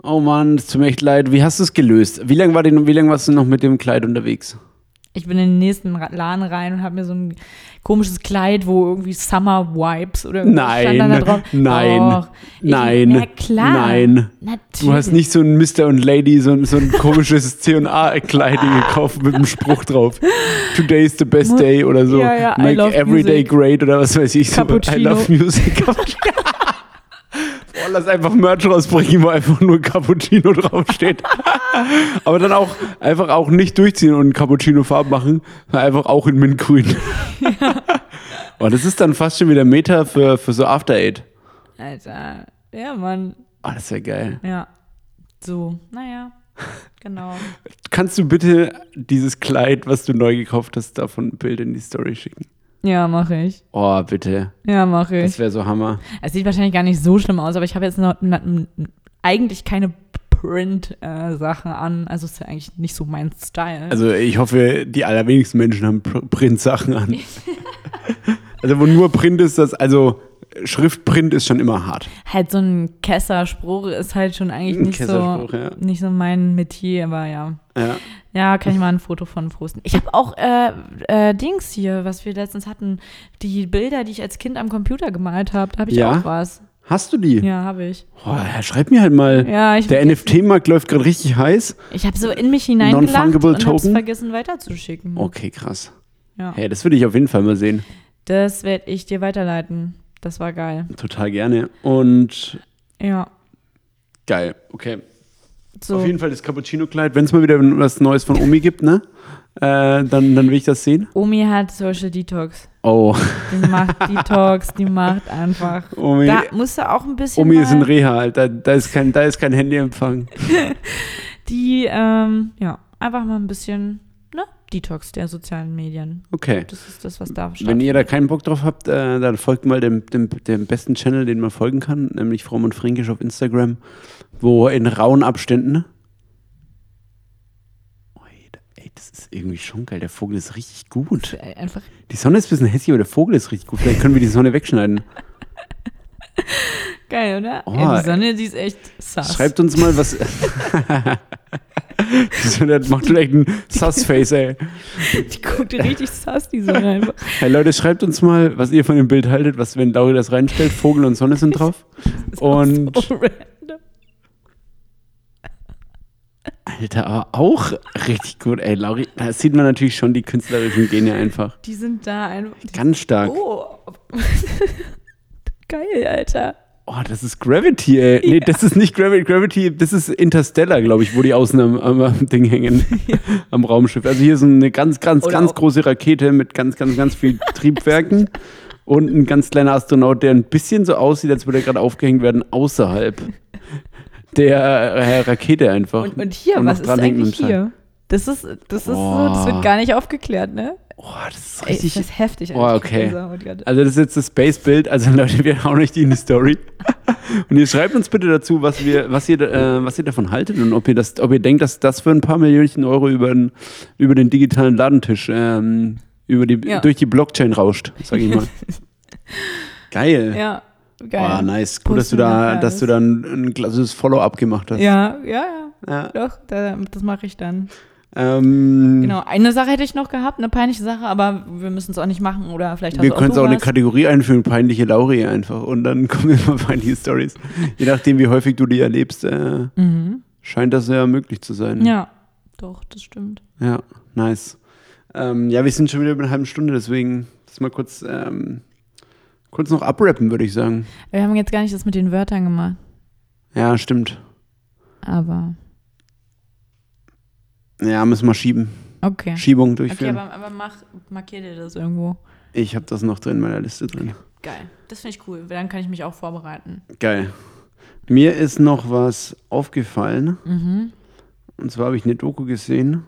Speaker 1: Oh Mann, es tut mir echt leid. Wie hast du es gelöst? Wie lange war denn, wie lange warst du noch mit dem Kleid unterwegs?
Speaker 2: Ich bin in den nächsten Ra- Laden rein und habe mir so ein komisches Kleid, wo irgendwie Summer Wipes oder irgendwas
Speaker 1: Nein,
Speaker 2: stand dann da drauf.
Speaker 1: nein,
Speaker 2: Doch. Ich,
Speaker 1: nein,
Speaker 2: Na klar.
Speaker 1: nein.
Speaker 2: Natürlich.
Speaker 1: Du hast nicht so ein Mr. und Lady, so, ein- so ein
Speaker 2: (laughs)
Speaker 1: komisches C&A-Kleid gekauft mit einem Spruch drauf. Today is the best
Speaker 2: Mu-
Speaker 1: day oder so.
Speaker 2: Ja, ja, I
Speaker 1: Make
Speaker 2: love
Speaker 1: every day
Speaker 2: music.
Speaker 1: great oder was weiß ich. So, I
Speaker 2: Cappuccino.
Speaker 1: love
Speaker 2: (laughs)
Speaker 1: music. Boah, lass einfach Merch rausbringen, wo einfach nur Cappuccino draufsteht.
Speaker 2: (laughs)
Speaker 1: Aber dann auch einfach auch nicht durchziehen und Cappuccino-Farben machen, sondern einfach auch in Mintgrün. (laughs) Oh, das ist dann fast schon wieder Meta für, für so After Eight.
Speaker 2: Alter. Ja, Mann.
Speaker 1: Oh, das wäre geil.
Speaker 2: Ja. So.
Speaker 1: (laughs)
Speaker 2: Naja. Genau.
Speaker 1: Kannst du bitte dieses Kleid, was du neu gekauft hast, davon ein Bild in die Story schicken?
Speaker 2: Ja, mache ich.
Speaker 1: Oh, bitte.
Speaker 2: Ja, mache ich.
Speaker 1: Das wäre so Hammer.
Speaker 2: Es sieht wahrscheinlich gar nicht so schlimm aus, aber ich habe jetzt noch, na, m- eigentlich keine Print-Sachen an. Also ist ja eigentlich nicht so mein Style.
Speaker 1: Also ich hoffe, die allerwenigsten Menschen haben Pr- Print-Sachen
Speaker 2: (laughs)
Speaker 1: an. also wo nur Print ist, das, also Schriftprint ist schon immer hart.
Speaker 2: halt so ein Kesserspruch ist halt schon eigentlich
Speaker 1: Ein
Speaker 2: nicht so,
Speaker 1: Kesserspruch, ja.
Speaker 2: nicht so mein Metier, aber ja.
Speaker 1: Ja.
Speaker 2: Ja,
Speaker 1: (laughs)
Speaker 2: kann ich mal ein Foto von posten. Ich habe auch äh, äh, Dings hier, was wir letztens hatten. Die Bilder, die ich als Kind am Computer gemalt habe, da habe ich
Speaker 1: Ja?
Speaker 2: auch was.
Speaker 1: Hast du die?
Speaker 2: Ja, habe ich.
Speaker 1: Oh, ja, schreib mir halt mal.
Speaker 2: Ja, ich,
Speaker 1: Der NFT-Markt läuft gerade richtig heiß.
Speaker 2: ich habe so in mich hineingelacht
Speaker 1: Non-fungible
Speaker 2: und habe es
Speaker 1: Token?
Speaker 2: vergessen weiterzuschicken.
Speaker 1: Okay, krass.
Speaker 2: Ja.
Speaker 1: Hey, das würde ich auf jeden Fall mal sehen.
Speaker 2: Das werde ich dir weiterleiten. Das war geil.
Speaker 1: Total gerne. Und
Speaker 2: Ja.
Speaker 1: geil. Okay.
Speaker 2: So.
Speaker 1: Auf jeden Fall das Cappuccino-Kleid. Wenn es mal wieder was Neues von Omi gibt, ne? Äh, dann, dann will ich das sehen.
Speaker 2: Omi hat Social Detox.
Speaker 1: Oh,
Speaker 2: Die
Speaker 1: (laughs)
Speaker 2: macht Detox, die macht einfach.
Speaker 1: Omi,
Speaker 2: Da musst du auch ein bisschen.
Speaker 1: Omi
Speaker 2: mal
Speaker 1: ist in Reha, Alter. Da ist kein, da ist kein Handyempfang.
Speaker 2: Die, ähm, ja, einfach mal ein bisschen, ne? Detox der sozialen Medien.
Speaker 1: Okay.
Speaker 2: Das ist das, was da
Speaker 1: Wenn
Speaker 2: stattfindet.
Speaker 1: ihr da keinen Bock drauf habt, äh, dann folgt mal dem, dem, dem besten Channel, den man folgen kann, nämlich Fromm und Fränkisch auf Instagram, wo in rauen Abständen. Ui, da- Ey, das ist irgendwie schon geil. Der Vogel ist richtig gut.
Speaker 2: Äh, Einfach,
Speaker 1: Die Sonne ist ein bisschen hässlich, aber der Vogel ist richtig gut. Vielleicht können wir die Sonne wegschneiden.
Speaker 2: geil, oder?
Speaker 1: Oh,
Speaker 2: Ey, die Sonne, die ist echt sass.
Speaker 1: Schreibt uns mal, was. (laughs) Wieso, das macht vielleicht ein Sus-Face, ey.
Speaker 2: Die guckt
Speaker 1: (laughs)
Speaker 2: richtig sass, die Sonne einfach.
Speaker 1: Hey Leute, schreibt uns mal, was ihr von dem Bild haltet, was, wenn Laura das reinstellt. Vogel und Sonne sind drauf.
Speaker 2: Das ist
Speaker 1: Und-
Speaker 2: auch so random.
Speaker 1: Alter, aber auch richtig gut, ey. Lauri, da sieht man natürlich schon die künstlerischen Gene einfach.
Speaker 2: Die sind da einfach. Die,
Speaker 1: Ganz stark.
Speaker 2: oh. (laughs) geil, Alter.
Speaker 1: Oh, das ist Gravity, ey. Nee, das ist nicht Gravity. Gravity, das ist Interstellar, glaube ich, wo die außen am, am, am Ding
Speaker 2: (laughs)
Speaker 1: hängen. Am Raumschiff. Also hier ist eine ganz, ganz,
Speaker 2: Oder
Speaker 1: ganz
Speaker 2: auch-
Speaker 1: große Rakete mit ganz, ganz, ganz viel
Speaker 2: (laughs)
Speaker 1: Triebwerken. Und ein ganz kleiner Astronaut, der ein bisschen so aussieht, als würde er gerade aufgehängt werden, außerhalb der äh, Rakete einfach.
Speaker 2: Und, und hier,
Speaker 1: noch
Speaker 2: was ist
Speaker 1: dran hängt
Speaker 2: eigentlich
Speaker 1: mit dem Seil.
Speaker 2: hier? Das ist, das ist so,
Speaker 1: Boah.
Speaker 2: das wird gar nicht aufgeklärt, ne?
Speaker 1: Oh, das ist
Speaker 2: Ey,
Speaker 1: richtig.
Speaker 2: ist das heftig.
Speaker 1: Oh,
Speaker 2: Alter.
Speaker 1: okay.
Speaker 2: Also, die ganze-
Speaker 1: Also das ist jetzt das Space-Bild, also (laughs) Leute, wir hauen euch die in die Story. Und ihr schreibt uns bitte dazu, was, wir, was, ihr, äh, was ihr davon haltet und ob ihr, das, ob ihr denkt, dass das für ein paar Millionen Euro über den, über den digitalen Ladentisch, ähm, über die,
Speaker 2: Ja.
Speaker 1: durch die Blockchain rauscht, sag ich
Speaker 2: (laughs)
Speaker 1: mal. Geil.
Speaker 2: Ja,
Speaker 1: Boah,
Speaker 2: geil.
Speaker 1: nice. Gut, dass du
Speaker 2: Posten
Speaker 1: da,
Speaker 2: nachher
Speaker 1: dass du da ein, ein klassisches Follow-up gemacht hast.
Speaker 2: ja, ja, ja.
Speaker 1: Ja.
Speaker 2: Doch, da, das mache ich dann.
Speaker 1: Ähm,
Speaker 2: Genau, eine Sache hätte ich noch gehabt, eine peinliche Sache, aber wir müssen es auch nicht machen oder vielleicht hast
Speaker 1: Wir
Speaker 2: du
Speaker 1: können es
Speaker 2: du
Speaker 1: auch eine
Speaker 2: was.
Speaker 1: Kategorie einführen, peinliche Lauri einfach. Und dann (laughs) kommen immer peinliche Stories. Je nachdem, wie häufig du die erlebst, äh, scheint das ja möglich zu sein.
Speaker 2: Mhm. Ja, doch, das stimmt.
Speaker 1: Ja, nice. Ähm, ja, wir sind schon wieder über eine halbe Stunde, deswegen das mal kurz, ähm, kurz noch abrappen, würde ich sagen.
Speaker 2: Wir haben jetzt gar nicht das mit den Wörtern gemacht,
Speaker 1: Ja, stimmt.
Speaker 2: aber
Speaker 1: Ja, müssen wir schieben.
Speaker 2: okay.
Speaker 1: Schiebung
Speaker 2: Okay,
Speaker 1: durchführen.
Speaker 2: aber, aber mach, markier dir das irgendwo.
Speaker 1: ich habe das noch drin in meiner Liste drin.
Speaker 2: Geil, das finde ich cool, weil dann kann ich mich auch vorbereiten.
Speaker 1: Geil. Mir ist noch was aufgefallen.
Speaker 2: Mhm.
Speaker 1: Und zwar habe ich eine Doku gesehen.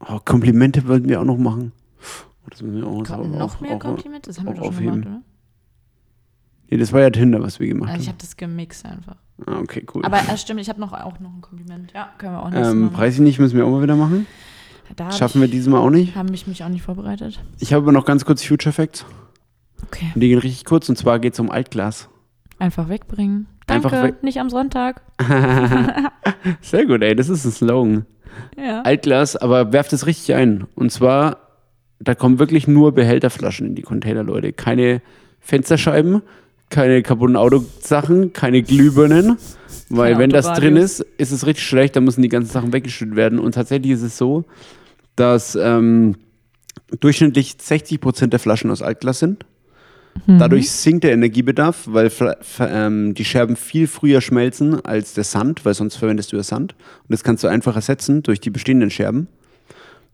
Speaker 1: Oh, Komplimente wollten wir auch noch machen. Oh, das müssen wir auch,
Speaker 2: Kommt
Speaker 1: auch,
Speaker 2: noch
Speaker 1: auch,
Speaker 2: mehr
Speaker 1: auch,
Speaker 2: Komplimente? Das haben wir
Speaker 1: auch
Speaker 2: doch schon
Speaker 1: aufheben.
Speaker 2: gemacht,
Speaker 1: Nee, das war ja Tinder, was wir
Speaker 2: oder?
Speaker 1: gemacht
Speaker 2: Also ich habe
Speaker 1: haben.
Speaker 2: das gemixt einfach.
Speaker 1: Ah, okay, cool.
Speaker 2: Aber äh, stimmt, ich habe noch, auch noch ein Kompliment. Ja, können wir auch nächstes
Speaker 1: ähm,
Speaker 2: Mal. machen.
Speaker 1: weiß ich nicht, müssen wir auch mal wieder machen.
Speaker 2: Da
Speaker 1: Schaffen wir
Speaker 2: hab ich,
Speaker 1: dieses Mal auch nicht.
Speaker 2: Haben mich mich auch nicht vorbereitet.
Speaker 1: Ich habe aber noch ganz kurz Future Facts.
Speaker 2: Okay,
Speaker 1: Die gehen richtig kurz und zwar geht es um
Speaker 2: (laughs)
Speaker 1: Altglas.
Speaker 2: einfach wegbringen. Danke,
Speaker 1: Einfach weg-
Speaker 2: nicht am Sonntag.
Speaker 1: Sehr gut, ey, das ist ein Slogan.
Speaker 2: Ja.
Speaker 1: Altglas, aber werft es richtig ein. Und zwar, da kommen wirklich nur Behälterflaschen in die Container, Leute. Keine Fensterscheiben, keine kaputten Autosachen, keine Glühbirnen. Weil
Speaker 2: Keine
Speaker 1: wenn das
Speaker 2: Autoradios.
Speaker 1: drin ist, ist es richtig schlecht, dann müssen die ganzen Sachen weggeschüttet werden. Und tatsächlich ist es so, dass ähm, durchschnittlich 60 Prozent der Flaschen aus Altglas sind.
Speaker 2: Mhm.
Speaker 1: Dadurch sinkt der Energiebedarf, weil Fla- Fa- ähm, die Scherben viel früher schmelzen als der Sand, weil sonst verwendest du ja Sand. Und das kannst du einfach ersetzen durch die bestehenden Scherben.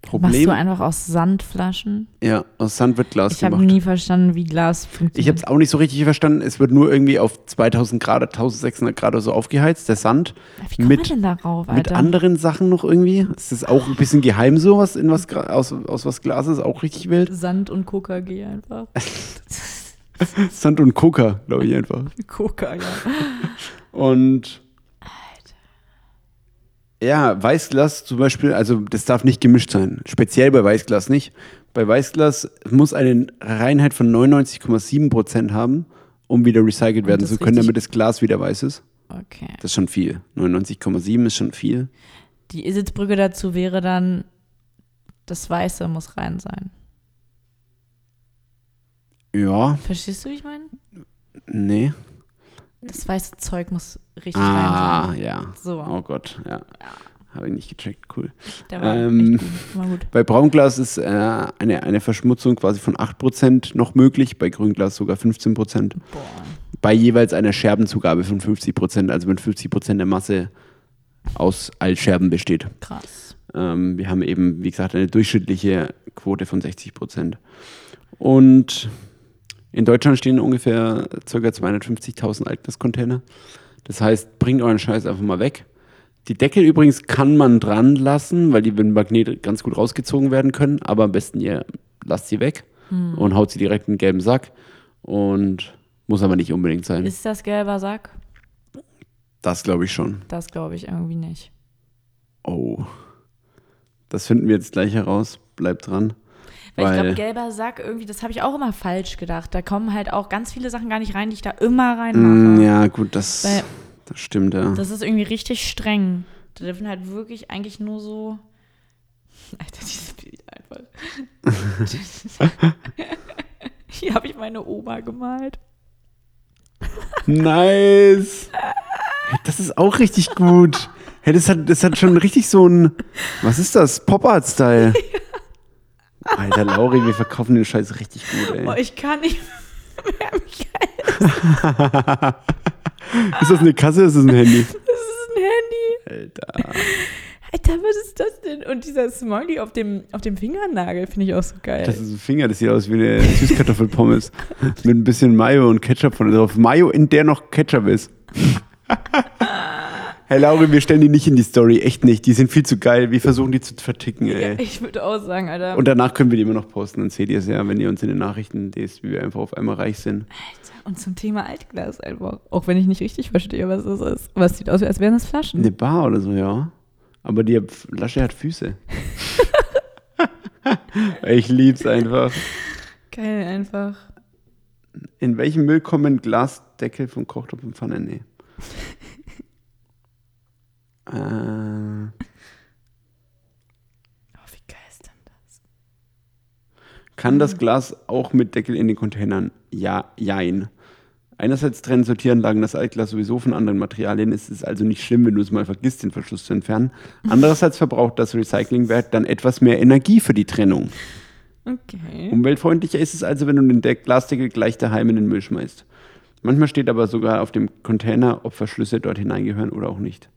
Speaker 2: Machst
Speaker 1: Problem,
Speaker 2: du einfach aus Sandflaschen?
Speaker 1: ja, aus Sand wird Glas
Speaker 2: Ich habe
Speaker 1: gemacht.
Speaker 2: nie verstanden, wie Glas funktioniert.
Speaker 1: Ich habe es auch nicht so richtig verstanden. Es wird nur irgendwie auf 2000 Grad, 1600 Grad oder so aufgeheizt, der Sand.
Speaker 2: wie kommt
Speaker 1: mit-
Speaker 2: man denn darauf,
Speaker 1: Mit
Speaker 2: Alter?
Speaker 1: anderen Sachen noch irgendwie. Es ist auch ein bisschen geheim so, was in was, Gra- aus, aus was Glas ist, auch richtig wild.
Speaker 2: Sand und
Speaker 1: (laughs)
Speaker 2: KKG einfach.
Speaker 1: Sand und Coca, glaube ich einfach.
Speaker 2: Coca, ja.
Speaker 1: Und ja, Weißglas zum Beispiel, also das darf nicht gemischt sein. Speziell bei Weißglas nicht. Bei Weißglas muss eine Reinheit von 99,7% haben, um wieder recycelt
Speaker 2: Und
Speaker 1: werden
Speaker 2: das
Speaker 1: zu können,
Speaker 2: richtig-
Speaker 1: damit das Glas wieder weiß ist.
Speaker 2: Okay.
Speaker 1: Das ist schon viel. 99,7 ist schon viel.
Speaker 2: Die Isitzbrücke dazu wäre dann, das Weiße muss rein sein.
Speaker 1: Ja,
Speaker 2: Verstehst du, wie ich meine?
Speaker 1: nee.
Speaker 2: Das weiße Zeug muss richtig rein
Speaker 1: Ah,
Speaker 2: sein.
Speaker 1: ja.
Speaker 2: So,
Speaker 1: Oh Gott, ja. Habe ich nicht gecheckt, cool.
Speaker 2: der war
Speaker 1: ähm,
Speaker 2: echt gut. War gut.
Speaker 1: Bei Braunglas ist äh, eine, eine Verschmutzung quasi von 8% noch möglich, bei Grünglas sogar 15%.
Speaker 2: Boah.
Speaker 1: bei jeweils einer Scherbenzugabe von 50 Prozent, also wenn 50 Prozent der Masse aus Altscherben besteht.
Speaker 2: Krass.
Speaker 1: Ähm, wir haben eben, wie gesagt, eine durchschnittliche Quote von 60 Prozent. Und in Deutschland stehen ungefähr ca. 250.000 Altglascontainer. Das heißt, bringt euren Scheiß einfach mal weg. Die Deckel übrigens kann man dran lassen, weil die mit dem Magnet ganz gut rausgezogen werden können, aber am besten ihr lasst sie weg und haut sie direkt in den gelben Sack und muss aber nicht unbedingt sein.
Speaker 2: Ist das gelber Sack?
Speaker 1: das glaube ich schon.
Speaker 2: Das glaube ich irgendwie nicht.
Speaker 1: Oh. Das finden wir jetzt gleich heraus. Bleibt dran.
Speaker 2: Weil, ich glaube,
Speaker 1: Weil-
Speaker 2: gelber Sack irgendwie, das habe ich auch immer falsch gedacht. Da kommen halt auch ganz viele Sachen gar nicht rein, die ich da immer
Speaker 1: Mm,
Speaker 2: reinmache.
Speaker 1: ja, gut, das,
Speaker 2: Weil-
Speaker 1: das stimmt, ja.
Speaker 2: Das ist irgendwie richtig streng. Da dürfen halt wirklich eigentlich nur so. (laughs) Alter, dieses Bild einfach. (laughs) Hier habe ich meine Oma gemalt.
Speaker 1: nice! Das ist auch richtig gut. Hey, das, hat, das hat schon richtig so ein. Was ist das?
Speaker 2: (laughs)
Speaker 1: Pop-Art-Style. Alter, Lauri, wir verkaufen den Scheiß richtig gut,
Speaker 2: Oh,
Speaker 1: ey.
Speaker 2: ich kann nicht mehr. (laughs) Michael,
Speaker 1: Ist das eine Kasse? Ist das ein Handy?
Speaker 2: Das ist ein Handy.
Speaker 1: Alter.
Speaker 2: Alter, was ist das denn? Und dieser Smiley auf dem, auf dem Fingernagel finde ich auch so geil.
Speaker 1: Das ist ein Finger, das sieht aus wie eine
Speaker 2: (laughs)
Speaker 1: Süßkartoffelpommes. mit ein bisschen Mayo und Ketchup von drauf. Mayo, in der noch Ketchup
Speaker 2: (laughs)
Speaker 1: ist. Herr Lauri, wir stellen die nicht in die Story. Echt nicht. Die sind viel zu geil. Wir versuchen die zu verticken,
Speaker 2: ja,
Speaker 1: ey.
Speaker 2: ich würde auch sagen, Alter.
Speaker 1: Und danach können wir die immer noch posten. Dann seht ihr es ja, wenn ihr uns in den Nachrichten lest, wie wir einfach auf einmal reich sind.
Speaker 2: Und zum Thema Altglas einfach. Auch wenn ich nicht richtig verstehe, was das ist. Was sieht aus, als wären das Flaschen.
Speaker 1: Eine Bar oder so, ja. Aber die Flasche hat
Speaker 2: (laughs)
Speaker 1: Füße. ich lieb's einfach.
Speaker 2: Geil, einfach.
Speaker 1: In welchem Müll kommen Glasdeckel vom Kochtopf und Pfanne? Nee. äh,
Speaker 2: Oh, wie geil ist denn das?
Speaker 1: kann das Glas auch mit Deckel in den Containern? Ja, jein. Einerseits trennen Sortieranlagen das Altglas sowieso von anderen Materialien. Es ist also nicht schlimm, wenn du es mal vergisst, den Verschluss zu entfernen. Andererseits verbraucht das Recyclingwerk dann etwas mehr Energie für die Trennung. Um-
Speaker 2: Okay.
Speaker 1: Umweltfreundlicher ist es also, wenn du den De Glasdeckel gleich daheim in den Müll schmeißt. Manchmal steht aber sogar auf dem Container, ob Verschlüsse dort hineingehören oder auch nicht.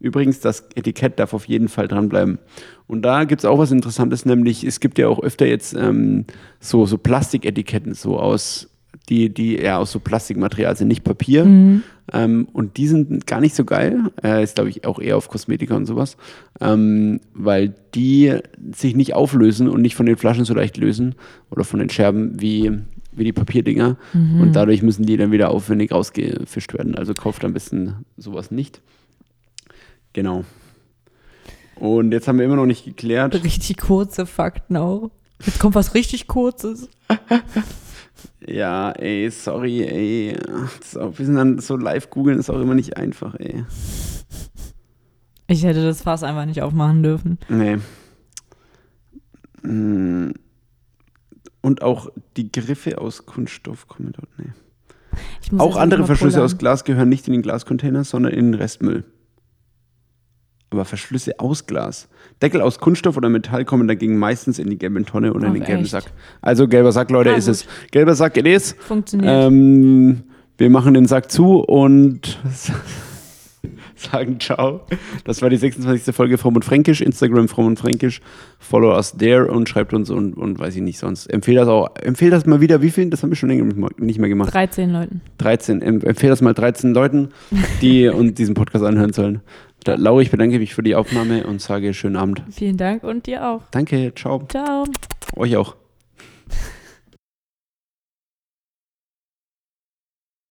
Speaker 1: Übrigens, das Etikett darf auf jeden Fall dranbleiben. Und da gibt es auch was Interessantes, nämlich es gibt ja auch öfter jetzt ähm, so, so Plastiketiketten, so aus, die, die eher aus so Plastikmaterial sind, nicht Papier. Ähm, und die sind gar nicht so geil. Äh, ist, glaube ich, auch eher auf Kosmetika und sowas. Ähm, weil die sich nicht auflösen und nicht von den Flaschen so leicht lösen oder von den Scherben wie, wie die Papierdinger. Und dadurch müssen die dann wieder aufwendig rausgefischt werden. Also kauft am besten sowas nicht. Genau. Und jetzt haben wir immer noch nicht geklärt.
Speaker 2: Richtig kurze Fakten auch. Jetzt kommt was richtig Kurzes.
Speaker 1: Ja, ey, sorry, ey. Das ist auch, wir sind dann so live googeln, ist auch immer nicht einfach, ey.
Speaker 2: Ich hätte das Fass einfach nicht aufmachen dürfen.
Speaker 1: Nee. Mm. Und auch die Griffe aus Kunststoff kommen dort. Nee.
Speaker 2: Ich muss
Speaker 1: Auch
Speaker 2: jetzt
Speaker 1: andere
Speaker 2: mal
Speaker 1: Verschlüsse
Speaker 2: pullern.
Speaker 1: aus Glas gehören nicht in den Glascontainer, sondern in den Restmüll. Aber Verschlüsse aus Glas. Deckel aus Kunststoff oder Metall kommen dagegen meistens in die gelbe Tonne oder in
Speaker 2: Ach,
Speaker 1: den gelben
Speaker 2: echt?
Speaker 1: Sack. Also gelber Sack, Leute,
Speaker 2: Na
Speaker 1: ist
Speaker 2: gut.
Speaker 1: es. Gelber Sack, it is.
Speaker 2: Funktioniert.
Speaker 1: Ähm, wir machen den Sack zu und (laughs) sagen ciao. Das war die 26. Folge Fromm und Fränkisch. Instagram Fromm und Fränkisch. Follow us there und schreibt uns und, und weiß ich nicht sonst. Empfehl das auch. Empfehl das mal wieder. Wie viel? Das haben wir schon länger nicht mehr gemacht.
Speaker 2: 13 Leuten.
Speaker 1: 13, em- empfehle das mal 13 Leuten, die uns diesen Podcast anhören sollen. Da, Lau, ich bedanke mich für die Aufnahme und sage schönen Abend.
Speaker 2: Vielen Dank und dir auch.
Speaker 1: Danke, ciao.
Speaker 2: Ciao.
Speaker 1: Euch auch.